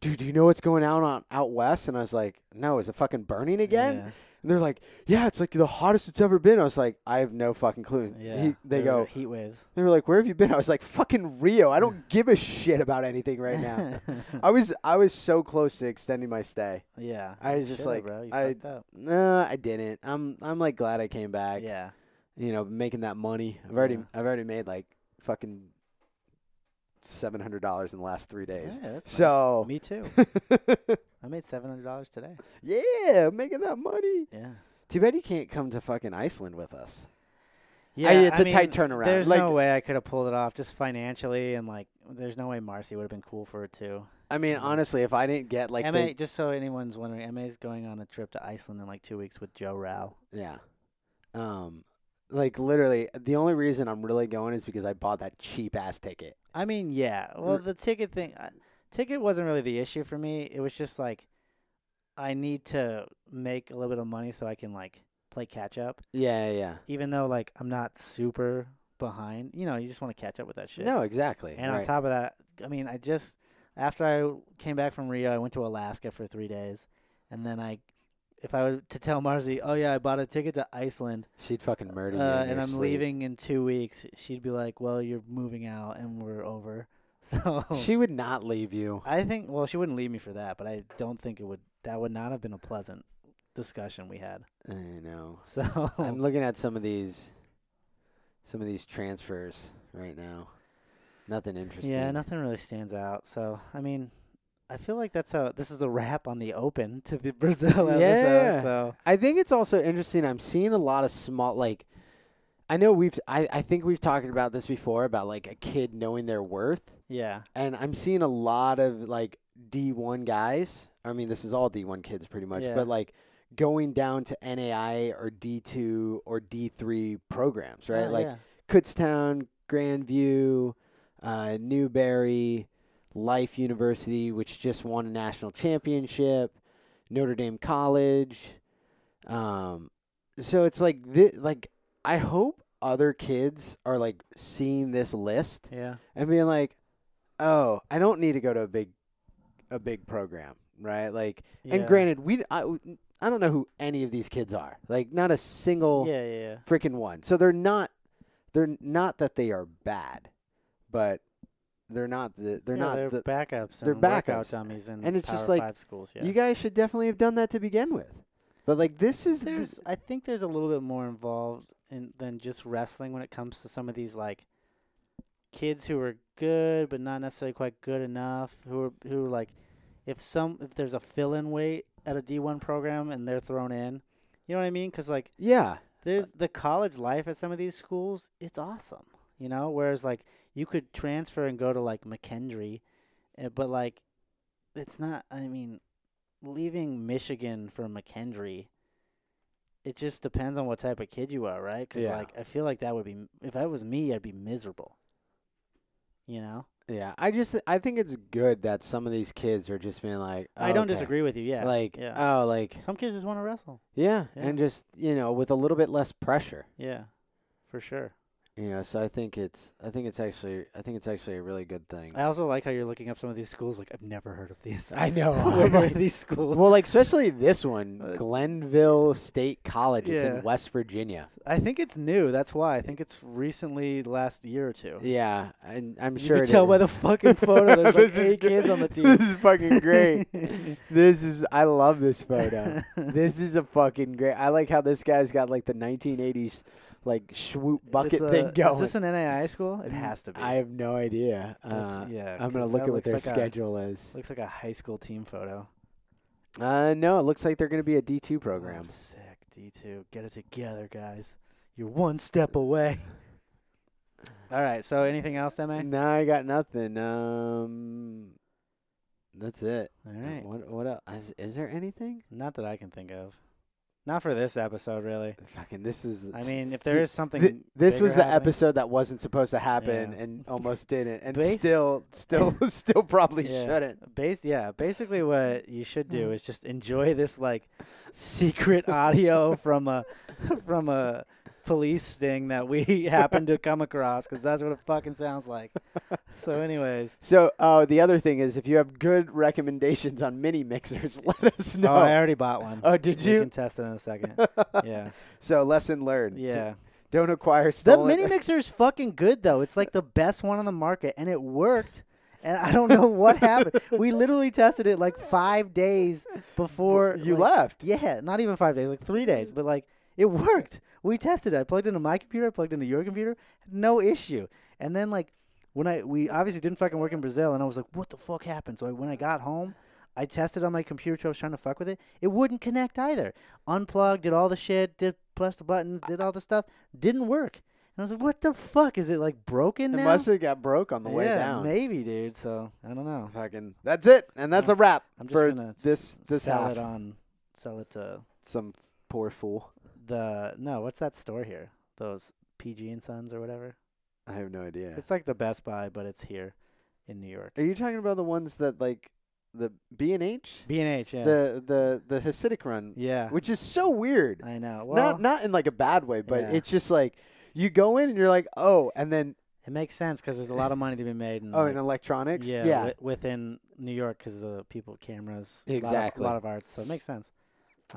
"Dude, do you know what's going on on out west?" And I was like, "No, is it fucking burning again?"
Yeah.
And they're like, "Yeah, it's like the hottest it's ever been." I was like, "I have no fucking clue."
Yeah.
He, they
There
go,
were heat waves
they were like, "Where have you been?" I was like, "Fucking Rio. I don't give a shit about anything right now." I was I was so close to extending my stay.
yeah.
I
you
was just
should've,
like,
bro. You
I-
fucked up.
No, I didn't. I'm I'm like glad I came back.
yeah.
You know, making that money. I've already
Yeah.
I've already made like fucking seven hundred dollars in the last three days.
Yeah, that's nice.
So-
me too. I made seven hundred dollars today.
yeah, making that money.
Yeah.
Too bad you can't come to fucking Iceland with us.
Yeah,
I- it's
a
a tight turnaround.
There's
Like-
no way I could have pulled it off just financially, and like, there's no way Marcy would have been cool for it too.
I mean,
Mhm.
honestly, if I didn't get like
Ma,
the,
just so anyone's wondering, Ma's going on a trip to Iceland in like two weeks with Joe Rao.
yeah, um, like literally the only reason I'm really going is because I bought that cheap ass ticket.
I mean, yeah. Well,
R-
the ticket thing, uh, ticket wasn't really the issue for me. It was just like, I need to make a little bit of money so I can like play catch up.
Yeah, yeah. yeah.
Even though like I'm not super behind, you know, you just want to catch up with that shit.
No, exactly.
And on
right.
top of that, I mean, I just after I came back from Rio, I went to Alaska for three days, and then I, if I were to tell Marzi, oh yeah, I bought a ticket to Iceland,
she'd fucking
uh,
murder you. in
and
your
I'm
sleep.
leaving in two weeks, she'd be like, well, you're moving out, and we're over. So
She would not leave you.
I think, well, she wouldn't leave me for that, but I don't think it would. That would not have been a pleasant discussion we had.
I know.
So
I'm looking at some of these, some of these transfers right now. Nothing interesting.
Yeah, nothing really stands out. So I mean, I feel like that's how this is a wrap on the open to the Brazil
Yeah.
episode. So
I think it's also interesting. I'm seeing a lot of small like. I know we've. I, I think we've talked about this before about like a kid knowing their worth,
yeah,
and I'm seeing a lot of like D1 guys. I mean, this is all D1 kids pretty much,
Yeah.
but like going down to NAI or D2 or D3 programs, right?
Oh,
like
yeah.
Kutztown, Grandview, uh, Newberry, Life University, which just won a national championship, Notre Dame College. Um, so it's like this, like I hope other kids are like seeing this list
yeah,
and being like, "Oh, I don't need to go to a big, a big program, right?" Like, and
yeah.
granted, we I, I don't know who any of these kids are. Like, not a single
yeah, yeah, yeah.
freaking one. So they're not they're not that they are bad, but they're not the they're
Yeah,
not
they're
the
backups.
they're
and workout
backups.
dummies and,
And it's
Power
just like,
five schools. Yeah,
You guys should definitely have done that to begin with. But like this is the-
there's I think there's a little bit more involved in than just wrestling when it comes to some of these like kids who are good but not necessarily quite good enough who are who are like if some if there's a fill in weight at a D1 program and they're thrown in you know what I mean cuz like
yeah.
there's the college life at some of these schools it's awesome you know whereas like you could transfer and go to like mckendree eh, but like it's not i mean leaving michigan for mckendree it just depends on what type of kid you are right because
Yeah.
like i feel like that would be if that was me i'd be miserable you know
Yeah. I just I think it's good that some of these kids are just being like
i don't
"Okay."
disagree with you yeah
Like
yeah
oh like
some kids just want to wrestle
yeah,
Yeah.
and just you know with a little bit less pressure.
yeah for sure
You know, so I think it's I think it's actually I think it's actually a really good thing.
i also like how you're looking up some of these schools like i've never heard of these
I know.
what are these schools
well, like especially this one,
Uh,
Glenville State College. It's
yeah.
in West Virginia.
I think it's new. That's why. I think it's recently last year or two.
Yeah, and I'm
you
sure
can
it
tell by
is.
the fucking photo. There's
This
like
is
eight
gr-
kids on the team.
This is fucking great. this is I love this photo. this is a fucking great. I like how this guy's got like the 1980s like swoop bucket
It's a-
thing going.
Is this an NAI school? It has to be.
Mm, I have no idea.
That's-
Uh,
yeah,
I'm gonna
'cause
look
that
at what
looks
their
like a-
schedule is.
looks like a high school team photo.
Uh, no, it looks like they're gonna be a D2
Oh,
program.
sick. D2. Get it together, guys. You're one step away. All right. So anything else, MA? All
No, I got nothing. Um, that's it.
right.
What what else? Is, is there anything?
Not that I can think of. Not for this episode, really.
Fucking this is.
I mean, if there is something.
Th- this
bigger
was the
happening-
episode that wasn't supposed to happen
Yeah.
and almost didn't, and
Bas-
still, still, still probably
Yeah.
shouldn't.
Bas- yeah, basically what you should do is just enjoy this like secret audio from a from a police sting that we happened to come across because that's what it fucking sounds like. So, anyways,
So, uh, the other thing is, if you have good recommendations on mini mixers, let us know.
oh, I already bought one.
Oh, did
We
you?
can test it in a second. yeah,
so, lesson learned.
yeah.
Don't acquire
The
stolen.
mini mixer is fucking good though. It's like the best one on the market, and it worked. And I don't know what happened. We literally tested it like five days before
you
like,
left.
Yeah, not even five days, like three days. But like it worked. We tested it. I plugged into my computer. I plugged into your computer. No issue. And then like when I we obviously didn't fucking work in Brazil, and I was like, what the fuck happened? So I, when I got home, I tested on my computer. so I was trying to fuck with it. It wouldn't connect either. Unplugged, did all the shit, did press the buttons, did all the stuff. Didn't work. And I was like, what the fuck? Is it like broken
It
now?
must have got broke on the way
yeah,
down.
maybe, dude. So I don't know.
Fucking. That's it, and that's a wrap
I'm just
for
gonna
this
s-
this
sell
half.
it on sell it to
Some poor fool.
the no, what's that store here? Those PG and Sons or whatever.
I have no idea.
It's like the Best Buy, but it's here in New York.
Are you talking about the ones that like the B and H,
B and H, yeah,
the the the Hasidic run,
yeah.
which is so weird.
I know. Well,
not not in like a bad way, but
Yeah.
it's just like you go in and you're like, oh, and then
it makes sense because there's a lot of money to be made. In,
oh,
like,
in electronics,
yeah,
yeah,
wi- within New York because the people cameras, a lot of-
Exactly.
a lot of, arts, so it makes sense.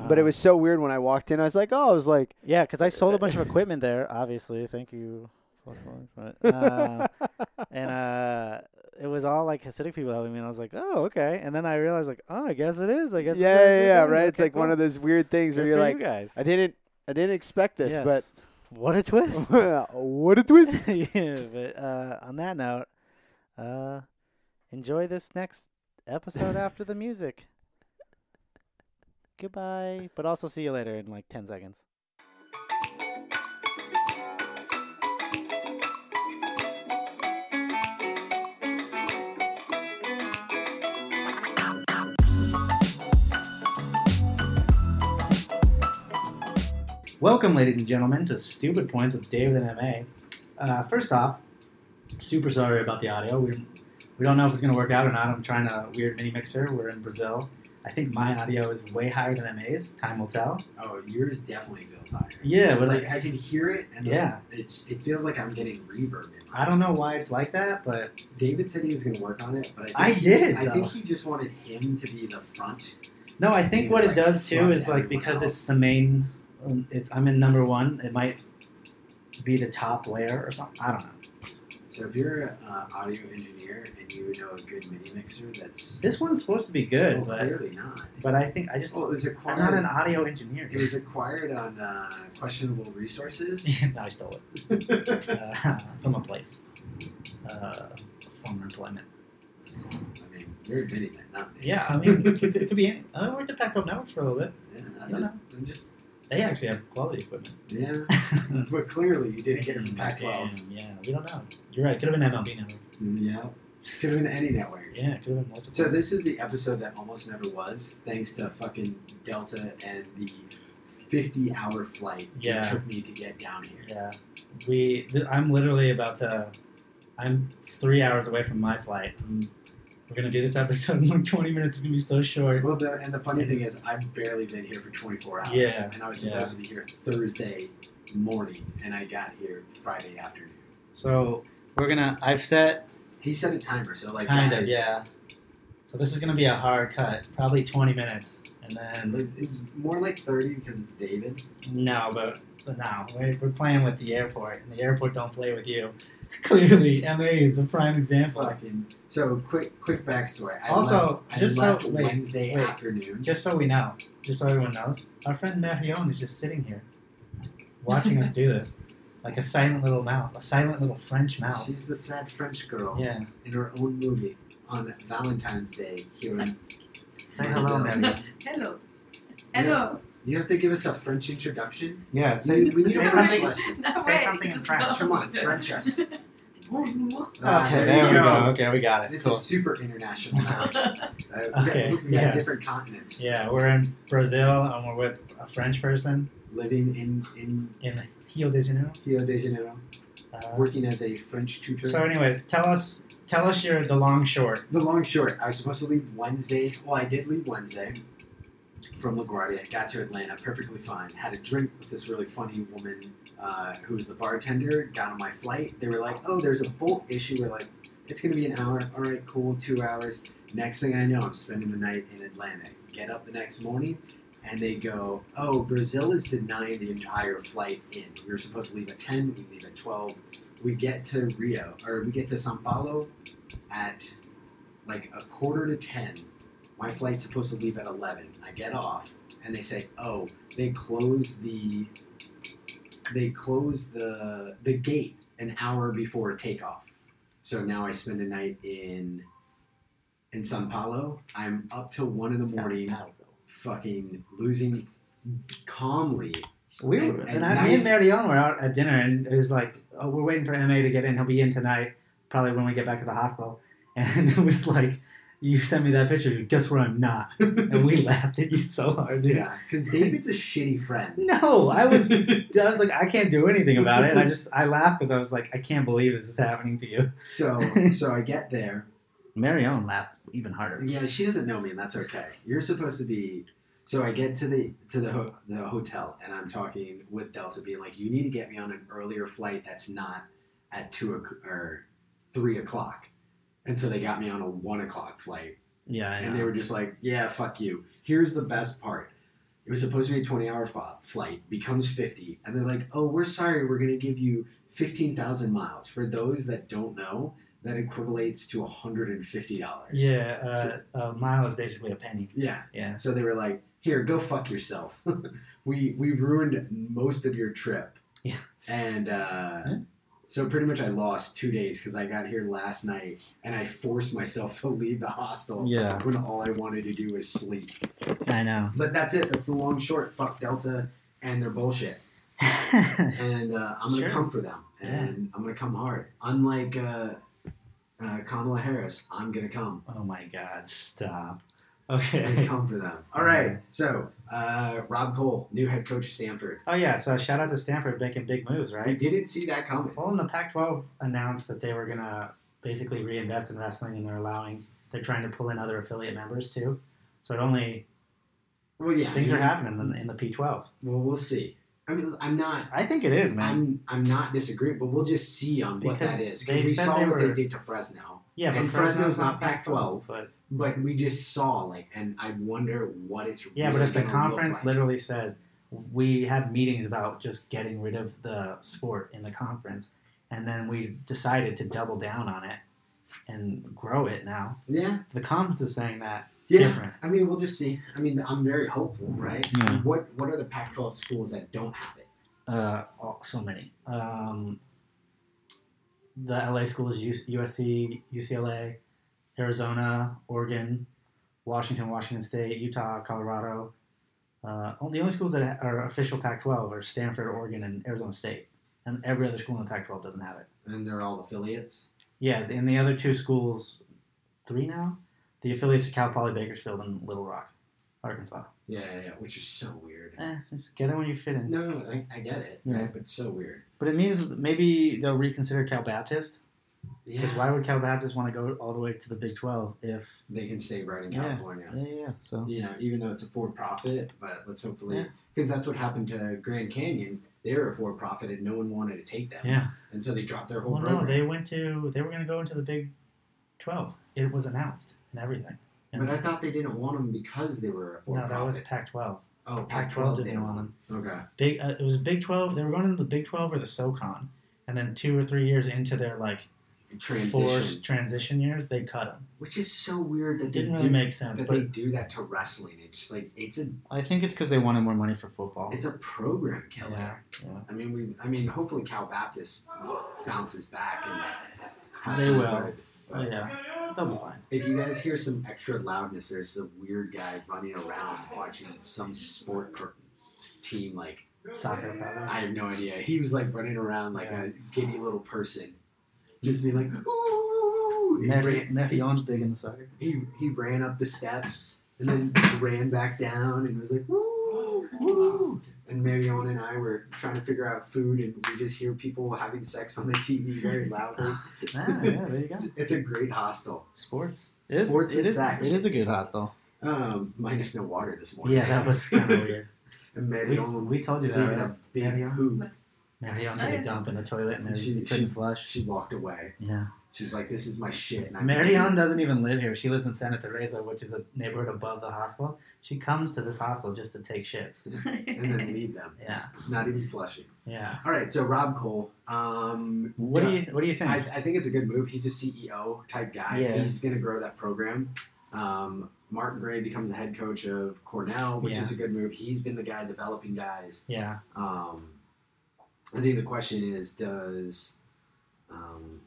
But it
Um,
was so weird when I walked in. I was like, oh, I was like,
yeah, because I sold a bunch of equipment there. Obviously, thank you. But, uh, and uh, it was all like Hasidic people helping me, and I was like, "Oh, okay." And then I realized, like, "Oh, I guess it is. I
yeah,
guess."
yeah, yeah, right. It's like one of those weird things
things
where you're like,
you guys.
I didn't, I didn't expect this,
Yes. what a twist.
but what a twist.
yeah, but uh, on that note, uh, enjoy this next episode after the music. Goodbye, but also see you later in like 10 seconds. Welcome, ladies and gentlemen, to Stupid Points with David and MA. Uh, first off, super sorry about the audio. We, we don't know if it's going to work out or not. I'm trying a weird mini mixer. We're in Brazil. I think my audio is way higher than MA's. Time will tell.
Oh, yours definitely feels higher.
Yeah, but
But
like,
like I can hear it, and
Yeah.
it's, it feels like I'm getting reverb. In my-
I don't know why it's like that, but
David said he was going to work on it, but I, think
I
he-
did,
I
though.
think he just wanted him to be the front.
no, I think
It's
what it
like
does too
front
is like
everyone
because it's
else.
the main. Um, it's I'm in number one. It might be the top layer or something. I don't know.
So if you're an uh, audio engineer and you know a good mini mixer, that's
This one's supposed to be good,
well,
but
clearly not.
but I think I just
Well, it was
I'm
acquired.
not an audio engineer.
it was acquired on uh, questionable resources.
no, I stole it uh, from a place, uh, former employment.
I mean, you're admitting that, not me.
Yeah, I mean it could, it could be. Any, I worked at Pac-12 Networks for a little bit.
Yeah,
I
I'm,
don't
just,
know.
I'm just
They actually have quality equipment.
yeah. But clearly, you didn't get it from Pac-12.
Damn, yeah, we don't know. You're right. Could have been MLB network.
Yeah, could have been any network.
Yeah, could have been multiple.
So this is the episode that almost never was, thanks to fucking Delta and the fifty-hour flight
Yeah.
it took me to get down here.
Yeah, we. Th- I'm literally about to. I'm three hours away from my flight. i we're gonna do this episode in like 20 minutes. It's gonna be so short.
Well, the, and the funny thing is, I've barely been here for twenty-four hours,
Yeah,
and I was
yeah.
supposed to be here Thursday morning, and I got here Friday afternoon.
So we're gonna. I've set
He set a timer, so like
kind of
guys,
yeah. So this is gonna be a hard cut, probably 20 minutes, and then
it- It's more like thirty because it's David.
no, but. But no, we're, we're playing with the airport, and the airport don't play with you. Clearly, MA is a prime example.
Fucking. So quick, quick backstory. I
Also,
left,
just
I
so-
left
wait,
Wednesday
wait.
afternoon.
Just so we know, just so everyone knows, our friend Marion is just sitting here, watching us do this, like a silent little mouth, a silent little French mouse.
She's the sad French girl.
Yeah.
in her own movie on Valentine's Day here in
Say hello,
Brazil.
Marion.
Hello. Hello.
You have to give us a French introduction.
Yeah.
We,
Say,
we need
say
a French
something.
lesson.
That
Say
way,
something in
just
French.
go.
Come on, French us.
Bonjour.
Ah,
Okay, there we
you
go. Okay, we got it.
This
cool.
is super international. now. Uh, we
Okay,
got, we got
yeah.
different continents
Yeah, we're in Brazil and we're with a French person
living in in
in Rio de Janeiro.
Rio de Janeiro,
Uh,
working as a French tutor.
so, anyways, tell us, tell us your the long short.
The long short, I was supposed to leave Wednesday. Well, I did leave Wednesday from LaGuardia. Got to Atlanta perfectly fine. Had a drink with this really funny woman uh, who was the bartender. Got on my flight. They were like, oh, there's a bolt issue. We're like, it's going to be an hour. All right, cool, two hours. Next thing I know, I'm spending the night in Atlanta. Get up the next morning. And they go, oh, Brazil is denying the entire flight in. We were supposed to leave at 10, we leave at 12. We get to Rio, or we get to Sao Paulo at like a quarter to 10. My flight's supposed to leave at 11. I get off and they say, "Oh, they close the they close the the gate an hour before takeoff." So now I spend a night in in Sao Paulo. I'm up till 1 in the morning fucking losing calmly.
We
And-
were, and,
and
I, me
nice-
and Marion were out at dinner, and it was like, oh, we're waiting for MA to get in. He'll be in tonight, probably when we get back to the hostel. And it was like, you sent me that picture. Guess where I'm not? And we laughed at you so hard, dude.
Yeah, cuz David's a shitty friend.
No, I was, I was like, I can't do anything about it. And I just, I laughed because I was like, I can't believe this is happening to you.
So so I get there
Marion laughed even harder.
Yeah, she doesn't know me, and that's okay. You're supposed to be. So I get to the to the ho- the hotel, and I'm talking with Delta, being like, "You need to get me on an earlier flight that's not at two o'c- or three o'clock." And so they got me on a one o'clock flight,
Yeah, I
and they
know.
were just like, "Yeah, fuck you." Here's the best part. It was supposed to be a 20 hour f- flight, becomes 50, and they're like, oh, we're sorry, we're going to give you 15,000 miles. For those that don't know, that equivalates to $150.
yeah, uh, a mile is basically a penny.
Yeah.
Yeah.
So they were like, "Here, go fuck yourself. we we ruined most of your trip."
Yeah.
And uh,
Yeah.
So pretty much I lost two days because I got here last night and I forced myself to leave the hostel
Yeah.
when all I wanted to do was sleep.
I know.
But that's it. That's the long short. Fuck Delta and their bullshit. And uh, I'm gonna
Sure.
come for them. And I'm gonna come hard. Unlike uh, uh, Kamala Harris, I'm gonna come.
oh my God! Stop.
I'm gonna
Okay.
come for them. All right. So uh, Rob Cole, new head coach of Stanford.
Oh yeah. So shout out to Stanford making big moves,
I
right?
didn't see that coming.
Well, and the Pac-12 announced that they were gonna basically reinvest in wrestling, and they're allowing they're trying to pull in other affiliate members too. So it only
Well, yeah. I
things are
mean,
happening in the, in the P12.
Well, we'll see. I mean, I'm not.
I think it is, man.
I'm I'm not disagreeing, but we'll just see on what
Because
that is.
they
Because we
said
saw
they
what
were-
they did to Fresno,
yeah, but
and Fresno's not
Pac-12,
Pac-12.
but
but we just saw like, and I wonder what it's.
yeah, but
really
if the
gonna look
conference
like.
literally said we had meetings about just getting rid of the sport in the conference, and then we decided to double down on it and grow it now.
yeah,
The conference is saying that
yeah.
different.
I mean, we'll just see. I mean, I'm very hopeful, right?
Yeah.
What What are the Pac-12 schools that don't have it?
uh, oh, so many. Um, the LA schools, U- USC, UCLA, Arizona, Oregon, Washington, Washington State, Utah, Colorado. Uh, only, the only schools that are official Pac-12 are Stanford, Oregon, and Arizona State, and every other school in the Pac-12 doesn't have it.
And they're all affiliates.
Yeah, and the other two schools, three now, the affiliates of Cal Poly Bakersfield and Little Rock, Arkansas.
Yeah, yeah, yeah, which is so weird.
Eh, just get it when you fit in.
No, no, no, I, I get it,
Yeah.
right? But it's so weird.
But it means maybe they'll reconsider Cal Baptist.
Yeah,
Because why would Cal Baptist want to go all the way to the Big 12 if.
they can stay right in
Yeah.
California.
Yeah, yeah, so.
you know, even though it's a for profit, but let's hopefully
Yeah.
because that's what happened to Grand Canyon. They were a for profit and no one wanted to take them.
Yeah.
And so they dropped their whole
Well, no,
program.
they went to. They were going to go into the Big 12. It was announced and everything. And
but I thought they didn't want them because they were a for
no,
profit.
that was Pac 12.
oh,
Pac
Pac
12
12
didn't want them.
Okay.
Big, uh, it was Big 12. They were going into the Big 12 or the SOCON. And then two or three years into their like
Transition.
forced transition years, they cut them.
Which is so weird that
It
they
didn't
do
really make sense.
that
But
they do that to wrestling. It's just like it's a
I think it's because they wanted more money for football.
it's a program killer.
yeah, yeah.
I mean we I mean hopefully Cal Baptist bounces back and has
They
some
will.
good-
Oh, yeah. They'll be fine.
If you guys hear some extra loudness, there's a weird guy running around watching some sport pro- team. Like
Soccer, probably.
I have no idea. He was like running around like a giddy little person, just being like, "Ooh!" He
Nephi,
ran,
Nephi On's big in the soccer.
he, he ran up the steps and then ran back down and was like, "Woo, woo!" And Marion and I were trying to figure out food, and we just hear people having sex on the TV very loudly.
Ah, yeah, there you go.
It's, it's a great hostel.
Sports.
It is- Sports it and is- sex. it is
a good hostel.
Um, minus no water this morning.
Yeah, that was kind of weird.
And
we,
Marion
we told you that.
leaving
Right?
a big
Marion?
poop.
Marion took a dump in the toilet and
She-
she,
she-
couldn't flush.
She walked away.
Yeah.
She's like, "This is my shit." And I'm
Marion doesn't even live here. She lives in Santa Teresa, which is a neighborhood above the hostel. She comes to this hostel just to take shits.
And then leave them,
Yeah.
not even flushing.
Yeah.
All right, so Rob Cole. Um,
What do you What do you think?
I, I think it's a good move. He's a CEO type guy.
Yeah.
He's going to grow that program. Um, Martin Gray becomes the head coach of Cornell, which
Yeah.
is a good move. He's been the guy developing guys.
yeah.
Um, I think the question is, does um,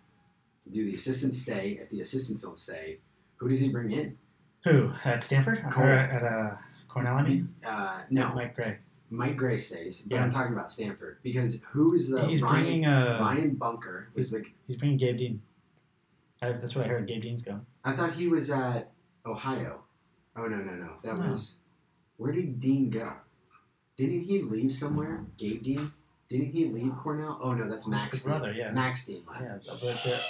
do the assistants stay? If the assistants don't stay, who does he bring in?
Who at Stanford
Cor-
or at uh, Cornell? I mean,
Uh, no,
Mike Gray.
Mike Gray stays, but
Yeah.
I'm talking about Stanford because who is the
he's
Ryan,
bringing uh,
Ryan Bunker? Was the
he's bringing Gabe Dean. I, that's what I heard. Gabe Dean's going.
I thought he was at Ohio. Oh no no no, that
No.
was where did Dean go? Didn't he leave somewhere? Gabe Dean? Didn't he leave Cornell? Oh no, that's Max
His
Dean.
brother, yeah.
Max Dean left.
Yeah, but the,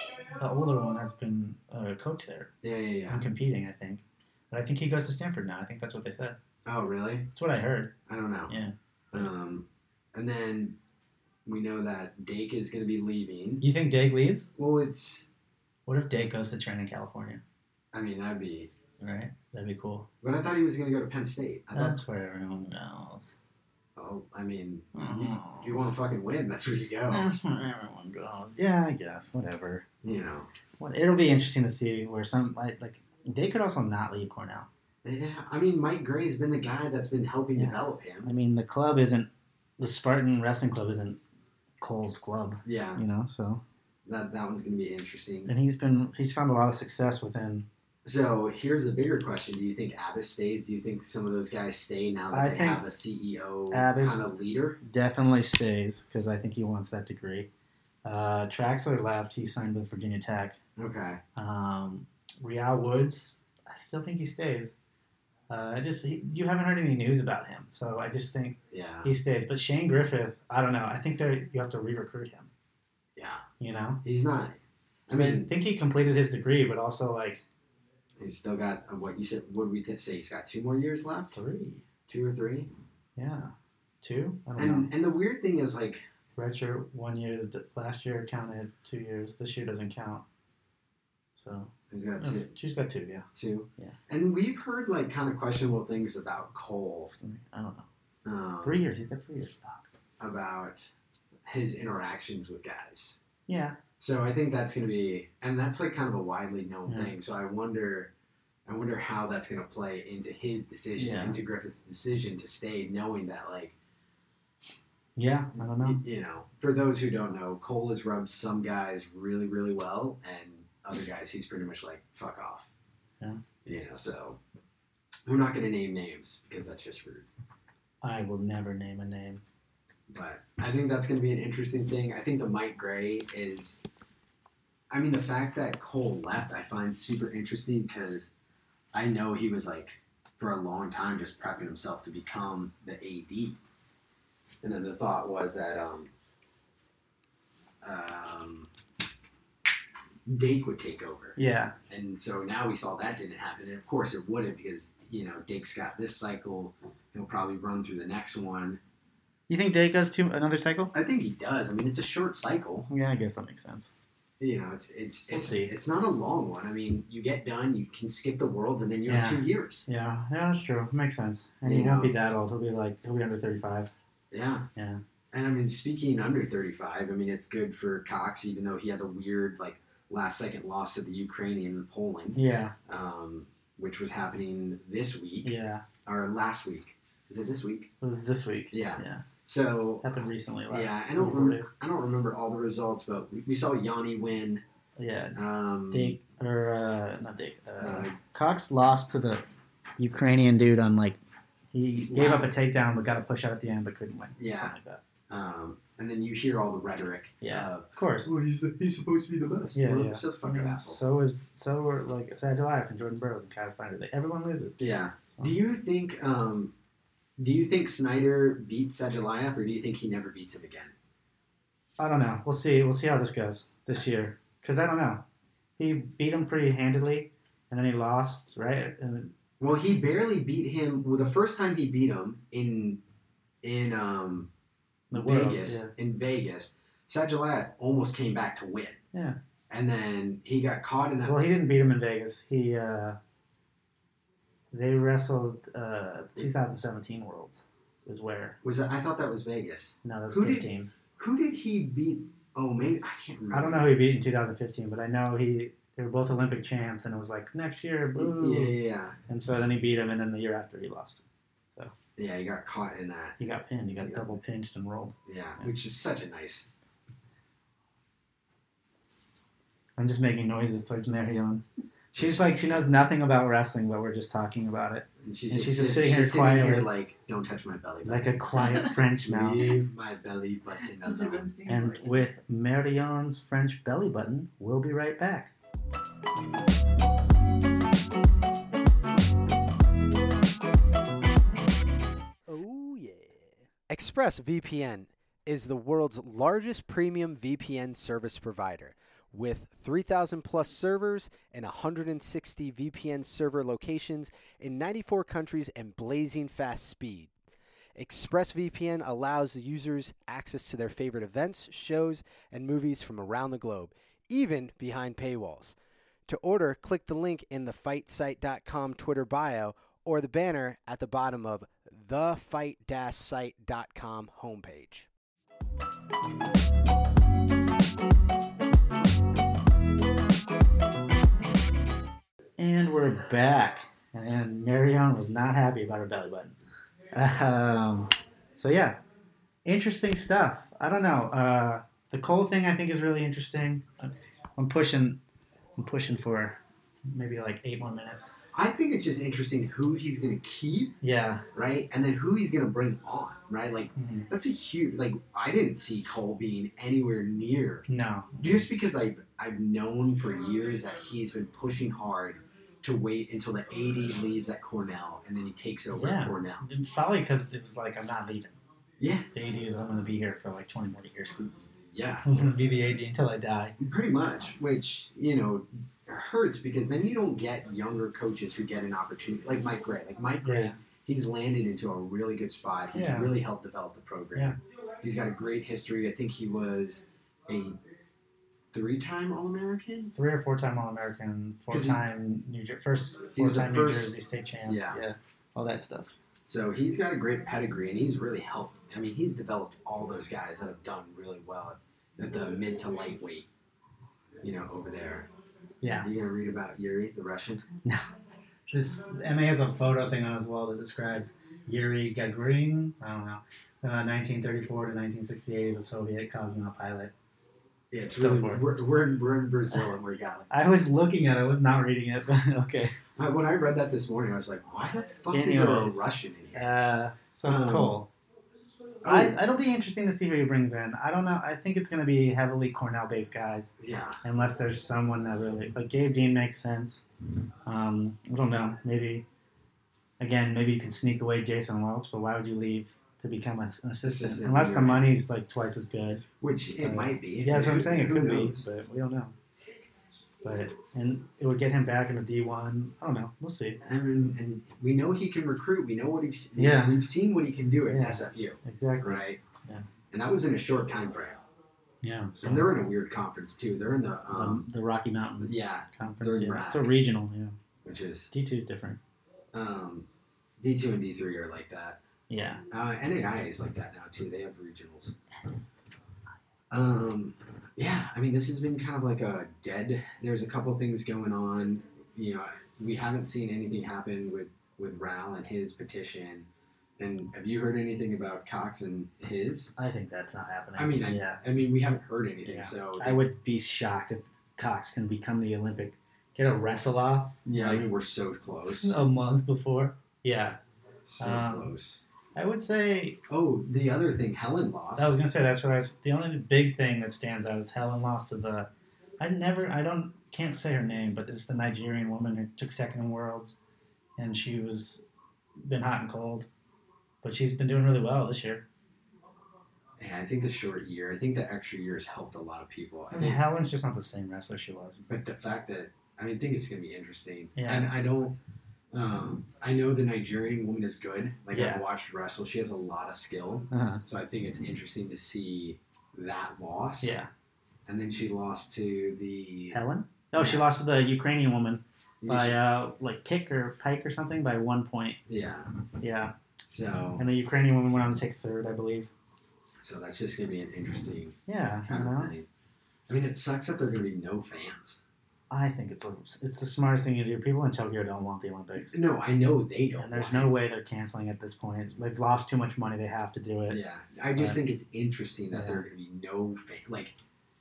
the older one has been uh, coach there
Yeah yeah yeah.
and competing, I think. But I think he goes to Stanford now. I think that's what they said.
Oh really?
That's what I heard.
I don't know.
Yeah.
Um, and then we know that Dake is going to be leaving.
You think Dake leaves?
Well, it's.
What if Dake goes to train in California?
I mean, that'd be.
Right? That'd be cool.
But I thought he was going to go to Penn State. I thought.
That's where everyone goes.
Oh, I mean,
Mhm.
if you want to fucking win, that's where you go.
That's where everyone goes. Yeah, I guess. Whatever.
You know.
What, it'll be interesting to see where some like like Dake could also not leave Cornell.
Yeah, I mean, Mike Gray's been the guy that's been helping
Yeah.
develop him.
I mean, the club isn't the Spartan Wrestling Club isn't Cole's club,
Yeah,
you know. So
that that one's gonna be interesting.
and he's been he's found a lot of success within.
So here's the bigger question: Do you think Abbas stays? Do you think some of those guys stay now that
I
they
think
have a CEO
Abbas-
kind of leader?
Definitely stays because I think he wants that degree. Uh, Traxler left. He signed with Virginia Tech.
Okay,
Um, Real Woods, I still think he stays. Uh, I just he, you haven't heard any news about him, so I just think
yeah,
he stays. But Shane Griffith, I don't know. I think they you have to re-recruit him.
yeah.
You know,
He's not. I
'Cause
mean,
think he completed his degree, but also like
he's still got uh, what you said. What did we th- say? He's got two more years left,
three,
two or three.
yeah, two. I don't know.
And and the weird thing is like
Redshirt one year d- last year counted two years. This year doesn't count. So
he's got two.
Oh, she's got two. Yeah,
two.
Yeah.
And we've heard like kind of questionable things about Cole.
Three. I don't know.
Um,
Three years. He's got three years. Fuck.
about his interactions with guys.
Yeah.
So I think that's going to be, and that's like kind of a widely known
Yeah.
thing. So I wonder, I wonder how that's going to play into his decision,
Yeah.
into Griffith's decision to stay, knowing that like,
Yeah. I don't know.
y- you know, for those who don't know, Cole has rubbed some guys really, really well, and other guys he's pretty much like fuck off.
Yeah.
You know, so we're not going to name names because that's just rude.
I will never name a name.
but I think that's going to be an interesting thing. I think the Mike Gray is, I mean, the fact that Cole left, I find super interesting because I know he was like for a long time just prepping himself to become the AD, and then the thought was that um, um, Dake would take over.
Yeah.
And so now we saw that didn't happen. And of course it wouldn't because, you know, Dake's got this cycle. He'll probably run through the next one.
You think Dake goes to another cycle?
I think he does. I mean, it's a short cycle.
Yeah, I guess that makes sense.
You know, it's it's
We'll
it's,
see.
it's not a long one. I mean, you get done, you can skip the worlds, and then you're
Yeah.
in two years.
Yeah, yeah, that's true. Makes sense. And he
You
won't
know.
be that old. He'll be like he'll be under thirty five.
Yeah.
Yeah.
And I mean, speaking under 35, I mean, it's good for Cox, even though he had the weird like last second loss to the Ukrainian in Poland,
Yeah.
um, which was happening this week
Yeah.
or last week. Is it this week?
It was this week.
Yeah.
Yeah.
So
Happened recently. Last
yeah, I don't
couple
remember.
days.
I don't remember all the results, but we, we saw Yanni win.
Yeah.
Um,
Dake or uh, not Dake. Uh,
Uh,
Cox lost to the Ukrainian dude on like he gave
Wow.
up a takedown but got a push out at the end but couldn't win.
yeah.
Something like that.
Um, and then you hear all the rhetoric.
Yeah.
Of,
Of course.
Oh, he's the, he's supposed to be the best.
Yeah,
Well,
yeah.
Shut the fuck
I
up,
mean,
asshole.
Mm, so is so were like Sad Life and Jordan Burroughs and Kyle Snyder. They, everyone loses.
yeah.
So-
Do you think um, do you think Snyder beats Sajalayev, or do you think he never beats him again?
I don't know. We'll see. We'll see how this goes this year. Cause I don't know. He beat him pretty handedly, and then he lost, right? And
Well, he barely beat him. Well, the first time he beat him in in um,
the world.
Vegas,
Yeah.
in Vegas, Sajalayev almost came back to win.
Yeah.
And then he got caught in that.
Well, he didn't beat him in Vegas. He uh, they wrestled uh, 2017 Worlds is where.
was that, I thought that was Vegas.
No, that's
Who did-
15.
Who did he beat? Oh, maybe I can't remember.
I don't know who he beat in 2015, but I know he. They were both Olympic champs, and it was like next year, boo.
Yeah, yeah, yeah.
And so then he beat him, and then the year after he lost.
Yeah, he got caught in that.
He got pinned. He got
Yeah.
double pinched and rolled.
Yeah, which is such a nice.
I'm just making noises towards Marion. She's like she knows nothing about wrestling, but we're just talking about it
And she's,
And
just,
she's just
sitting, she's
sitting here
sitting
quietly.
here like, don't touch my belly button.
like a quiet French mouse.
Leave my belly button
That's a
alone.
good thing.
And with Marion's French belly button, we'll be right back.
Oh yeah.
ExpressVPN is the world's largest premium VPN service provider with 3,000 plus servers and 160 VPN server locations in 94 countries and blazing fast speed. ExpressVPN allows users access to their favorite events, shows, and movies from around the globe, even behind paywalls. To order, click the link in the fightsite.com Twitter bio or the banner at the bottom of thefight-site.com homepage.
And we're back. And Marion was not happy about her belly button. Um, so yeah, interesting stuff. I don't know. Uh, the coal thing I think is really interesting. I'm pushing. I'm pushing for maybe like eight more minutes.
I think it's just interesting who he's going to keep,
Yeah.
right? And then who he's going to bring on, right? Like,
Mhm.
that's a huge, like, I didn't see Cole being anywhere near
No.
just because I I've known for years that he's been pushing hard to wait until the AD leaves at Cornell and then he takes over
Yeah.
at Cornell.
Probably because it was like I'm not leaving.
Yeah,
The AD is I'm going to be here for like 20 more years.
yeah,
I'm going to be the AD until I die.
pretty much. Which you know hurts because then you don't get younger coaches who get an opportunity like Mike Gray. Like Mike Gray,
Yeah.
he's landed into a really good spot. He's
Yeah.
really helped develop the program. He's got a great history. I think he was a three-time All-American.
Three or four time All American, four
'Cause he-
time New Jersey, first
He
four
was the
time New
first-
Jersey state champ.
Yeah.
All that stuff.
So he's got a great pedigree, and he's really helped. I mean, he's developed all those guys that have done really well at the mid to lightweight. You know, over there.
Yeah.
You gonna read about Yuri, the Russian?
This MA has a photo thing on as well that describes Yuri Gagarin. I don't know. Uh, 1934 to 1968 as a Soviet cosmonaut pilot.
Yeah, it's
So
really,
far.
we're, we're, in, we're in Brazil, and we got. Like,
I was looking at it. I was not reading it, but okay.
I- when I read that this morning, I was like, "Why the fuck is there a
Anyways.
Russian in here?"
Uh, so
Um,
Cole, I, it'll be interesting to see who he brings in. I don't know. I think it's going to be heavily Cornell-based guys,
yeah,
unless there's someone that really. But Gabe Dean makes sense. Um, I don't know. Maybe again, maybe you can sneak away Jason Welch, but why would you leave to become a, an assistant
Assistant,
unless the
you're right.
money's like twice as good?
which it
Uh,
might be.
Yeah, that's what I'm saying. It
Who
could be,
knows?
but we don't know. But and it would get him back into D1. I don't know. We'll see.
And, and we know he can recruit. We know what he's.
Yeah.
we've seen what he can do at
Yeah.
SFU,
Exactly.
right?
Yeah.
And that was in a short time frame.
Yeah. So
And they're in a weird conference too. They're in the
the,
um,
the Rocky Mountain
yeah,
Conference.
they're
Yeah.
rack.
It's a regional. Yeah.
which is
D2 is different.
um, D two and D three are like that.
Yeah.
Uh, NAI is like that now too. They have regionals. Um, yeah, I mean this has been kind of like a dead. There's a couple things going on. You know, we haven't seen anything happen with with Ral and his petition. And have you heard anything about Cox and his?
I think that's not happening.
I mean, I,
yeah.
I mean, we haven't heard anything.
Yeah.
So
I would be shocked if Cox can become the Olympic, get a wrestle off
yeah, I mean, we're so close.
a month before. Yeah.
So
Um,
close.
I would say,
Oh, the other thing, Helen lost.
I was going to say that's what I was, the only big thing that stands out is Helen lost to the, I never, I don't, can't say her name, but it's the Nigerian woman who took second in Worlds and she was, been hot and cold, but she's been doing really well this year.
yeah, I think the short year. I think the extra year has helped a lot of people. I
I mean,
think,
Helen's just not the same wrestler she was.
but the fact that I mean, I think it's gonna be interesting.
Yeah.
And I don't. Um, I know the Nigerian woman is good. Like
Yeah.
I've watched wrestle, she has a lot of skill.
Uh-huh.
So I think it's interesting to see that loss.
Yeah.
And then she lost to the.
Helen? No, Oh, she lost to the Ukrainian woman by
yeah.
uh, like pick or pike or something by one point. Yeah,
So
and the Ukrainian woman went on to take third, I believe.
so that's just gonna be an interesting
Yeah, you
kind
know?
of thing. I mean, it sucks that there are gonna be no fans.
I think it's the, it's the smartest thing to do. People in Tokyo don't want the Olympics,
No, I know they don't.
and there's
want it.
no way they're canceling at this point. They've lost too much money. They have to do it.
Yeah, I just
But-
think it's interesting that there are going to be no fan. Like,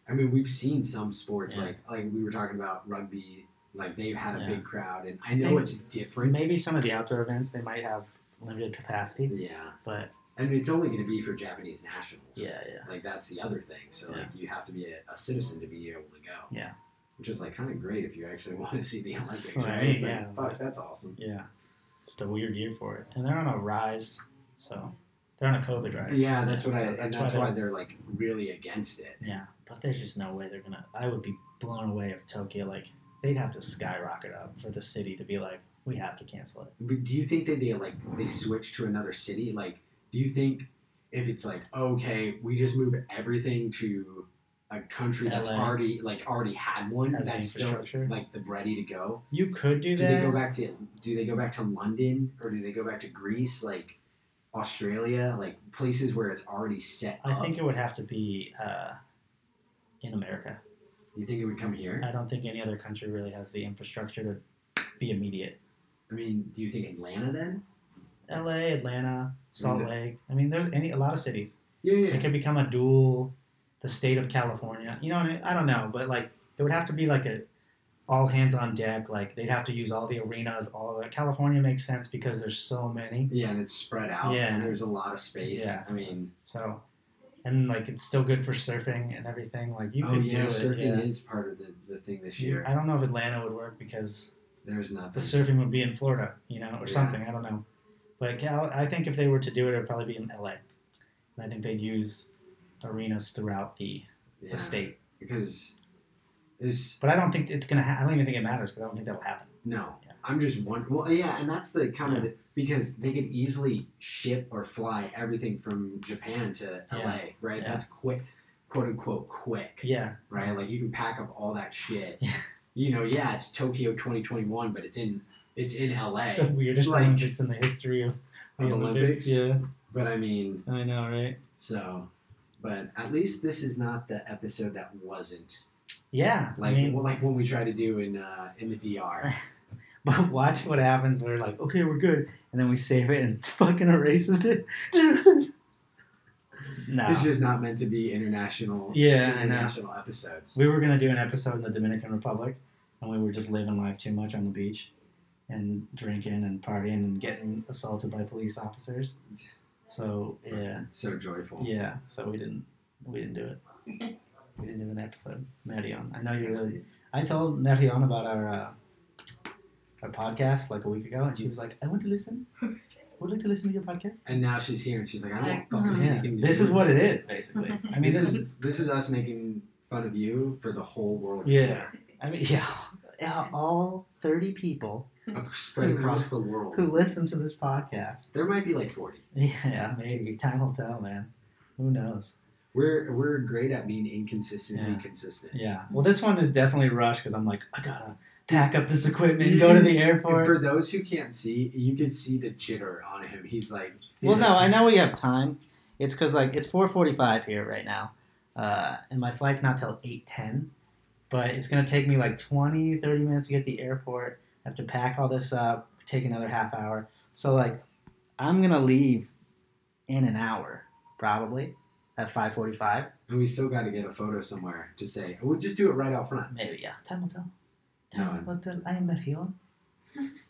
I mean, we've seen some sports
Yeah.
like like we were talking about rugby. Like they've had a
Yeah.
big crowd, and I know
Maybe-
it's different.
Maybe some of the outdoor events they might have limited capacity,
Yeah,
but
and it's only going to be for Japanese nationals.
yeah, yeah,
like that's the other thing. So like you have to be a, a citizen to be able to go.
Yeah.
which is like kind of great if you actually want to see the Olympics. Right?
Right,
It's
yeah.
like, fuck, that's awesome.
yeah. Just a weird year for it, and they're on a rise, so they're on a COVID rise.
Yeah, that's what I,
So
and that's
they're-
why they're like really against it.
Yeah, but there's just no way they're gonna. I would be blown away if Tokyo like they'd have to skyrocket up for the city to be like, we have to cancel it.
But do you think that they like they switch to another city? Like, do you think if it's like okay, we just move everything to a country that's
LA.
already like already had one
As the
that's still
infrastructure.
like the ready to go?
You could do
Do
that.
they go back to Do they go back to London or do they go back to Greece? Like Australia, like places where it's already set
I
up?
think it would have to be uh, in America.
you think it would come here?
I don't think any other country really has the infrastructure to be immediate.
I mean, do you think Atlanta then?
L.A., Atlanta, Salt
Yeah.
Lake. I mean, there's any a lot of cities.
Yeah,
It
yeah.
could become a dual, the state of California. You know, and I I don't know, but like it would have to be like a all hands on deck. Like they'd have to use all the arenas. All that California makes sense because there's so many.
Yeah, and it's spread out.
Yeah.
And there's a lot of space.
Yeah.
I mean,
So, and like it's still good for surfing and everything. Like you
oh,
could
yeah,
do it.
surfing
Yeah.
is part of the, the thing this
You-
year.
I don't know if Atlanta would work because
There's
the
nothing.
surfing would be in Florida, you know, or
Yeah.
something. I don't know. But Cal- I think if they were to do it, it would probably be in LA. And I think they'd use arenas throughout the,
yeah.
the state.
Because is
But I don't think it's going to ha- I don't even think it matters because I don't think that'll happen.
no.
Yeah.
I'm just wondering. Well, yeah, and that's the kind of the, because they could easily ship or fly everything from Japan to LA, right?
Yeah.
That's quick, quote unquote, quick.
Yeah.
right? Like you can pack up all that shit. you know, yeah, it's Tokyo 2021, but it's in it's in LA.
The weirdest
Like-
Olympics in the history of the
Of Olympics?
Olympics. Yeah.
But I mean,
I know, right?
so but at least this is not the episode that wasn't
Yeah.
like
I mean,
well, like when we try to do in uh, in the DR.
but watch what happens. We're like, okay, we're good. And then we save it and fucking erases it. no.
It's just not meant to be international.
Um, Yeah, I know.
international episodes.
We were gonna do an episode in the Dominican Republic, and we were just living life too much on the beach, and drinking and partying and getting assaulted by police officers. So yeah,
It's so joyful.
yeah. So we didn't we didn't do it. We didn't do an episode, Marion. I know you really. I told Marion about our uh, our podcast like a week ago, and she was like, "I want to listen. Would like to listen to your podcast."
And now she's here, and she's like, I don't want
Like,
fucking
mhm.
Yeah,
anything. To
this
do
is
with
what it is basically. I mean,
Mm-hmm. this
this
is this is us making fun of you for the whole world. to
Yeah. I mean, yeah, yeah, all thirty people
hear. uh, spread across the world.
who listen to this podcast.
There might be like 40.
Yeah, maybe. Time will tell, man. Who knows?
We're we're great at being inconsistently
Yeah.
consistent.
Yeah. Well, this one is definitely rushed because I'm like, I gotta pack up this equipment, go to the
And
airport.
for those who can't see, you can see the jitter on him. He's like, he's
Well, no, I
like,
know we have time. It's because like it's 4:45 here right now, uh, and my flight's not till 8:10. But it's gonna take me like 20, 30 minutes to get to the airport. I have to pack all this up, take another half hour. So like, I'm gonna leave in an hour probably at 5:45.
And we still got to get a photo somewhere to say, we'll just do it right out front.
Maybe, yeah. Time will tell.
No,
Time will tell. I am Marion.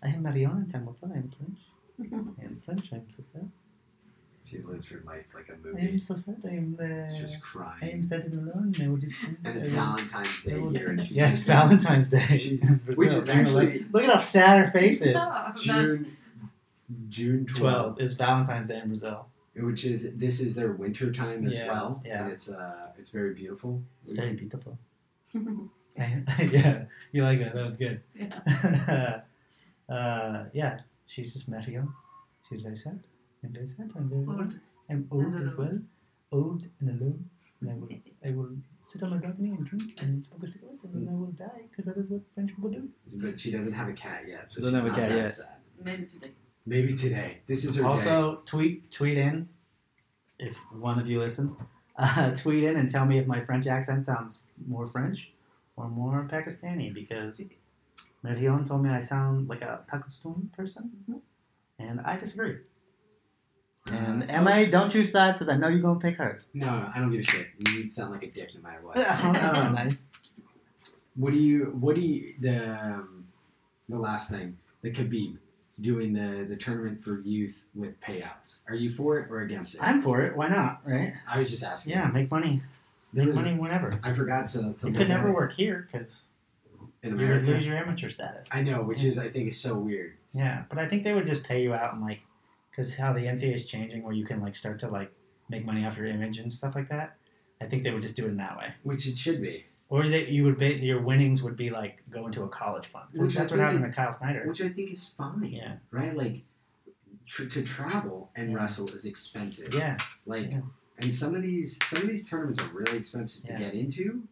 I am Marion and time will tell. I am French. I am French. I am so sad.
She lives her life like a
I am
movie.
so sad. I am,
She's
uh,
just crying.
I am sad and alone. I will just.
and it's
I will-
Valentine's Day here. And she's
Yeah, it's Valentine's Day.
She's-
in Brazil.
Which is
They're like,
actually
look at how sad her face is.
Oh, that's-
June, June 12th,
12 is Valentine's Day in Brazil.
which is, this is their winter time as
Yeah,
well.
yeah.
And it's, uh, it's very beautiful.
It's very
Mm-hmm.
beautiful. yeah, you like that. That was good.
Yeah.
uh, yeah, she's just Marion. She's very sad. I'm very sad. I'm very.
Old.
I'm old
And
as well, old and alone, and I will, I will sit on my balcony and drink and smoke a cigarette, and then I will die because that is what French people do.
But she doesn't have a cat yet. So
Doesn't
she's
have a
not that
cat yet.
sad.
Maybe today.
Maybe today. This is her day.
Also, tweet tweet in if one of you listens. Uh, tweet in and tell me if my French accent sounds more French or more Pakistani because Marion told me I sound like a Pakistani person, and I disagree. And Emma, don't choose sides because I know you're gonna pick hers.
No, I don't give a shit. You sound like a dick no matter what.
oh, nice.
what do you? What do you? The um, the last thing, the Khabib doing the the tournament for youth with payouts. Are you for it or against it?
I'm for it. Why not? Right?
I was just asking.
Yeah, make money.
There was-
Make money whenever.
I forgot to. to
It
look
could
at
never
it
work here because
in
you would
America.
lose your amateur status.
I know, which is I think is so weird.
Yeah, but I think they would just pay you out and like, because how the NCAA is changing, where you can like start to like make money off your image and stuff like that. I think they would just do it in that way,
Which it should be.
or that you would ba- your winnings would be like go into a college fund. 'Cause
Which I
that's what
think
happened
it-
to Kyle Snyder.
Which I think is fine.
Yeah,
Right? Like tr- to travel and wrestle is expensive.
yeah,
Like,
Yeah.
and some of these some of these tournaments are really expensive
Yeah.
to get into.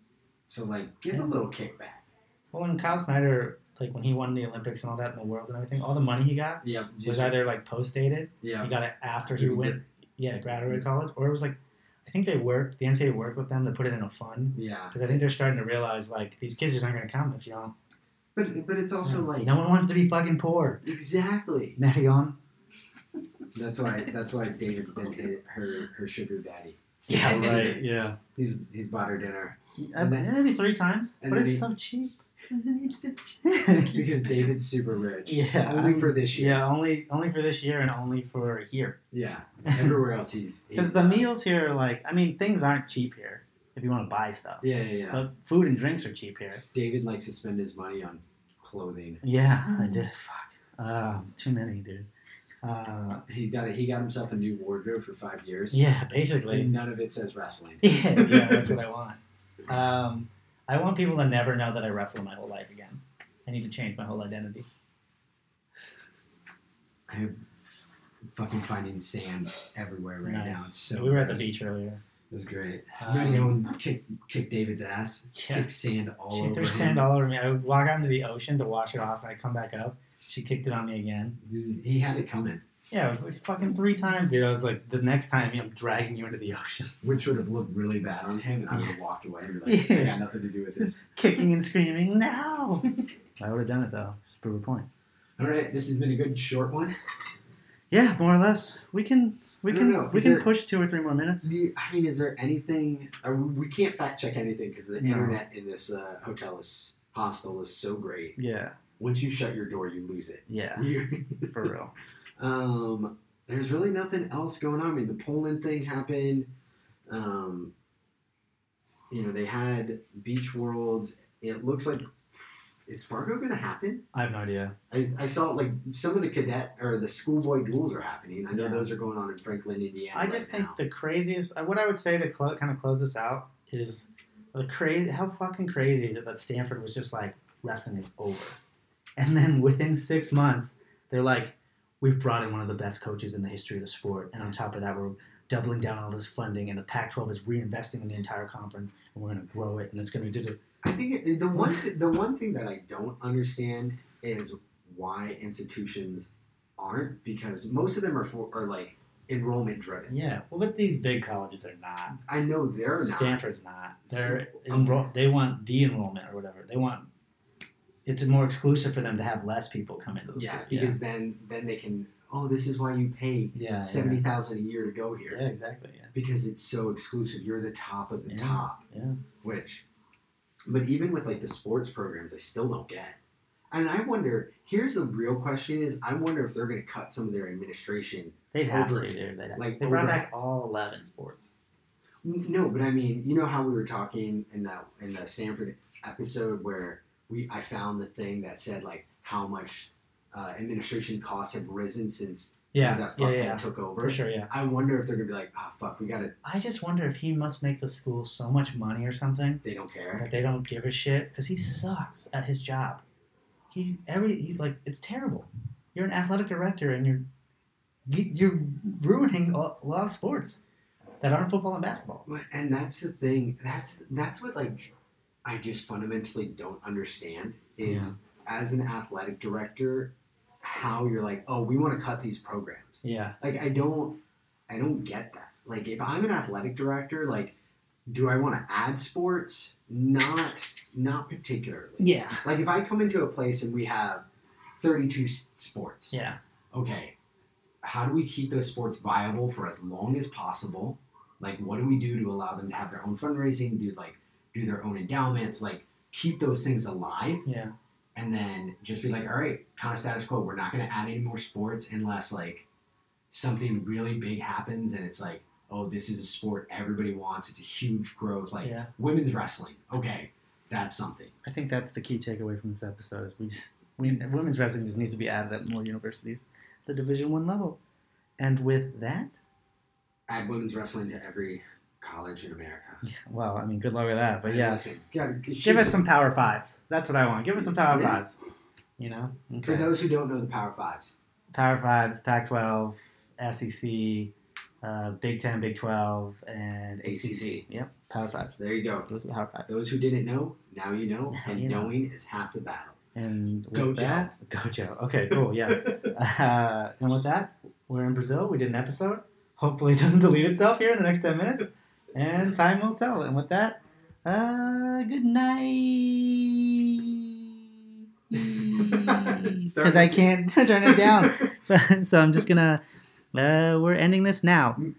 So like, give
Yeah.
a little kickback.
Well, when Kyle Snyder like when he won the Olympics and all that and the worlds and everything, all the money he got
Yeah,
was
just,
either like post dated.
yeah.
He got it after he went, yeah, graduated college, or it was like, I think they worked. The NCAA worked with them to put it in a fund.
Yeah,
Because I think they're starting to realize like these kids just aren't gonna come if you don't.
but but it's also like
no one wants to be fucking poor.
exactly.
Marion.
That's why that's why David's been hit, her her sugar daddy. Yeah,
right. Yeah.
He's he's bought her dinner
I've been Uh, maybe three times,
and
but
then
it's
he-
so cheap.
because David's super rich.
Yeah,
only
I'm-
for this year.
Um, yeah, only only for this year and only for here.
Yeah, everywhere else he's
Because
he's-
the meals here are like, I mean, things aren't cheap here if you want to buy stuff.
Yeah, yeah, yeah.
But food and drinks are cheap here.
David likes to spend his money on clothing.
Yeah, I
Mm.
did. Fuck. Uh, too many, dude. Uh,
He's got a, he got himself a new wardrobe for five years.
yeah, basically.
and none of it says wrestling.
Yeah, yeah, that's what I want. Um, I want people to never know that I wrestled my whole life again. I need to change my whole identity.
I'm fucking finding sand everywhere right
nice.
now. It's so Uh,
we were at the
gross.
beach earlier.
It was great.
Um,
I'm ready to go and kick kick David's ass.
yeah.
Kick sand all
She
over
threw
him.
sand all over me. I would walk out into the ocean to wash it off, and I come back up. She kicked it on me again.
This is- he had it coming,
Yeah, it was like fucking three times, dude. I was like, the next time, I'm dragging you into the ocean,
which would have looked really bad on him, and I would have walked away and be like, I
Yeah.
got nothing to do with this.
kicking and screaming. No, I would have done it though. Just prove a point.
All right, this has been a good short one.
Yeah, more or less. We can we
I
can
don't know.
we
Is
can
there-
push two or three more minutes.
Do you- I mean, is there anything? Uh, we can't fact check anything because the
No.
internet in this uh, hotel is hostel is so great.
Yeah,
Once you shut your door, you lose it.
yeah,
You-
for real.
Um, there's really nothing else going on. I mean, the Poland thing happened. Um, you know, they had Beach World. It looks like is Fargo going to happen?
I have no idea.
I, I saw like some of the cadet or the schoolboy duels are happening. I know
Yeah.
those are going on in Franklin, Indiana.
I just
right
think
now.
the craziest. uh, What I would say to clo- kind of close this out is the crazy. How fucking crazy that, that Stanford was just like wrestling is over, and then within six months they're like, we've brought in one of the best coaches in the history of the sport, and on top of that we're doubling down on all this funding, and the Pac-12 is reinvesting in the entire conference, and we're gonna grow it, and it's gonna do. do-
I think it- the one the one thing that I don't understand is why institutions aren't because most of them are for, are like enrollment driven.
Yeah, well, but these big colleges are not.
I know they're not.
Stanford's not. They're enroll- they want the enrollment or whatever. They want it's more exclusive for them to have less people come into the
Yeah,
school.
because then then they can. Oh, this is why you pay
yeah, yeah,
seventy thousand a year to go here
Yeah, exactly. Yeah,
because it's so exclusive. You're the top of the
Yeah.
top.
yeah.
Which, but even with like the sports programs, I still don't get. And I wonder. Here's the real question: Is I wonder if they're going to cut some of their administration.
They'd have
Over
to.
it.
Dude. They'd have
Like,
they brought
over it.
back all eleven sports.
N- No, but I mean, you know how we were talking in that in the Stanford episode where we I found the thing that said like how much uh, administration costs have risen since
Yeah,
that
yeah,
fuckhead
yeah.
took
For
over.
sure, yeah.
I wonder if they're gonna be like, ah, fuck, we gotta.
I just wonder if he must make the school so much money or something
They don't care.
that they don't give a shit because he sucks at his job. He every he like it's terrible. You're an athletic director and you're you- you're ruining a a lot of sports that aren't football and basketball.
But- And that's the thing. That's that's what like I just fundamentally don't understand is as an athletic director, how you're like, oh, we want to cut these programs.
Yeah,
Like I don't I don't get that. Like if I'm an athletic director, like do I want to add sports? Not not particularly.
yeah,
Like if I come into a place and we have 32 s- sports.
yeah,
Okay. How do we keep those sports viable for as long as possible? Like what do we do to allow them to have their own fundraising, do like do their own endowments, like keep those things alive?
yeah.
and then just be like, all right, kind of status quo. We're not going to add any more sports unless like something really big happens and it's like, oh, this is a sport everybody wants. It's a huge growth. Like
Yeah.
women's wrestling. Okay, that's something.
I think that's the key takeaway from this episode is we just we, women's wrestling just needs to be added at more universities, the Division One level, and with that,
Add women's wrestling to every college in America.
yeah, well, I mean, good luck with that. But
And
yeah,
listen, yeah,
give us some Power Fives. That's what I want. Give us some Power
Yeah.
Fives. You know,
For
Okay.
those who don't know the Power Fives,
Power Fives, Pac-12, SEC, E uh, Big Ten, Big Twelve, and ACC.
ACC.
Yep, Power Five.
there you go.
Those are the Power Five.
Those who didn't know, now you know,
Now
and
you know.
knowing is half the battle.
And with
Gojo.
that, Gojo. Okay, cool. Yeah. uh, and with that, we're in Brazil. We did an episode. Hopefully, it doesn't delete itself here in the next ten minutes. And time will tell. And with that, uh, good night. Because I can't turn it down, so I'm just gonna. Uh, we're ending this now.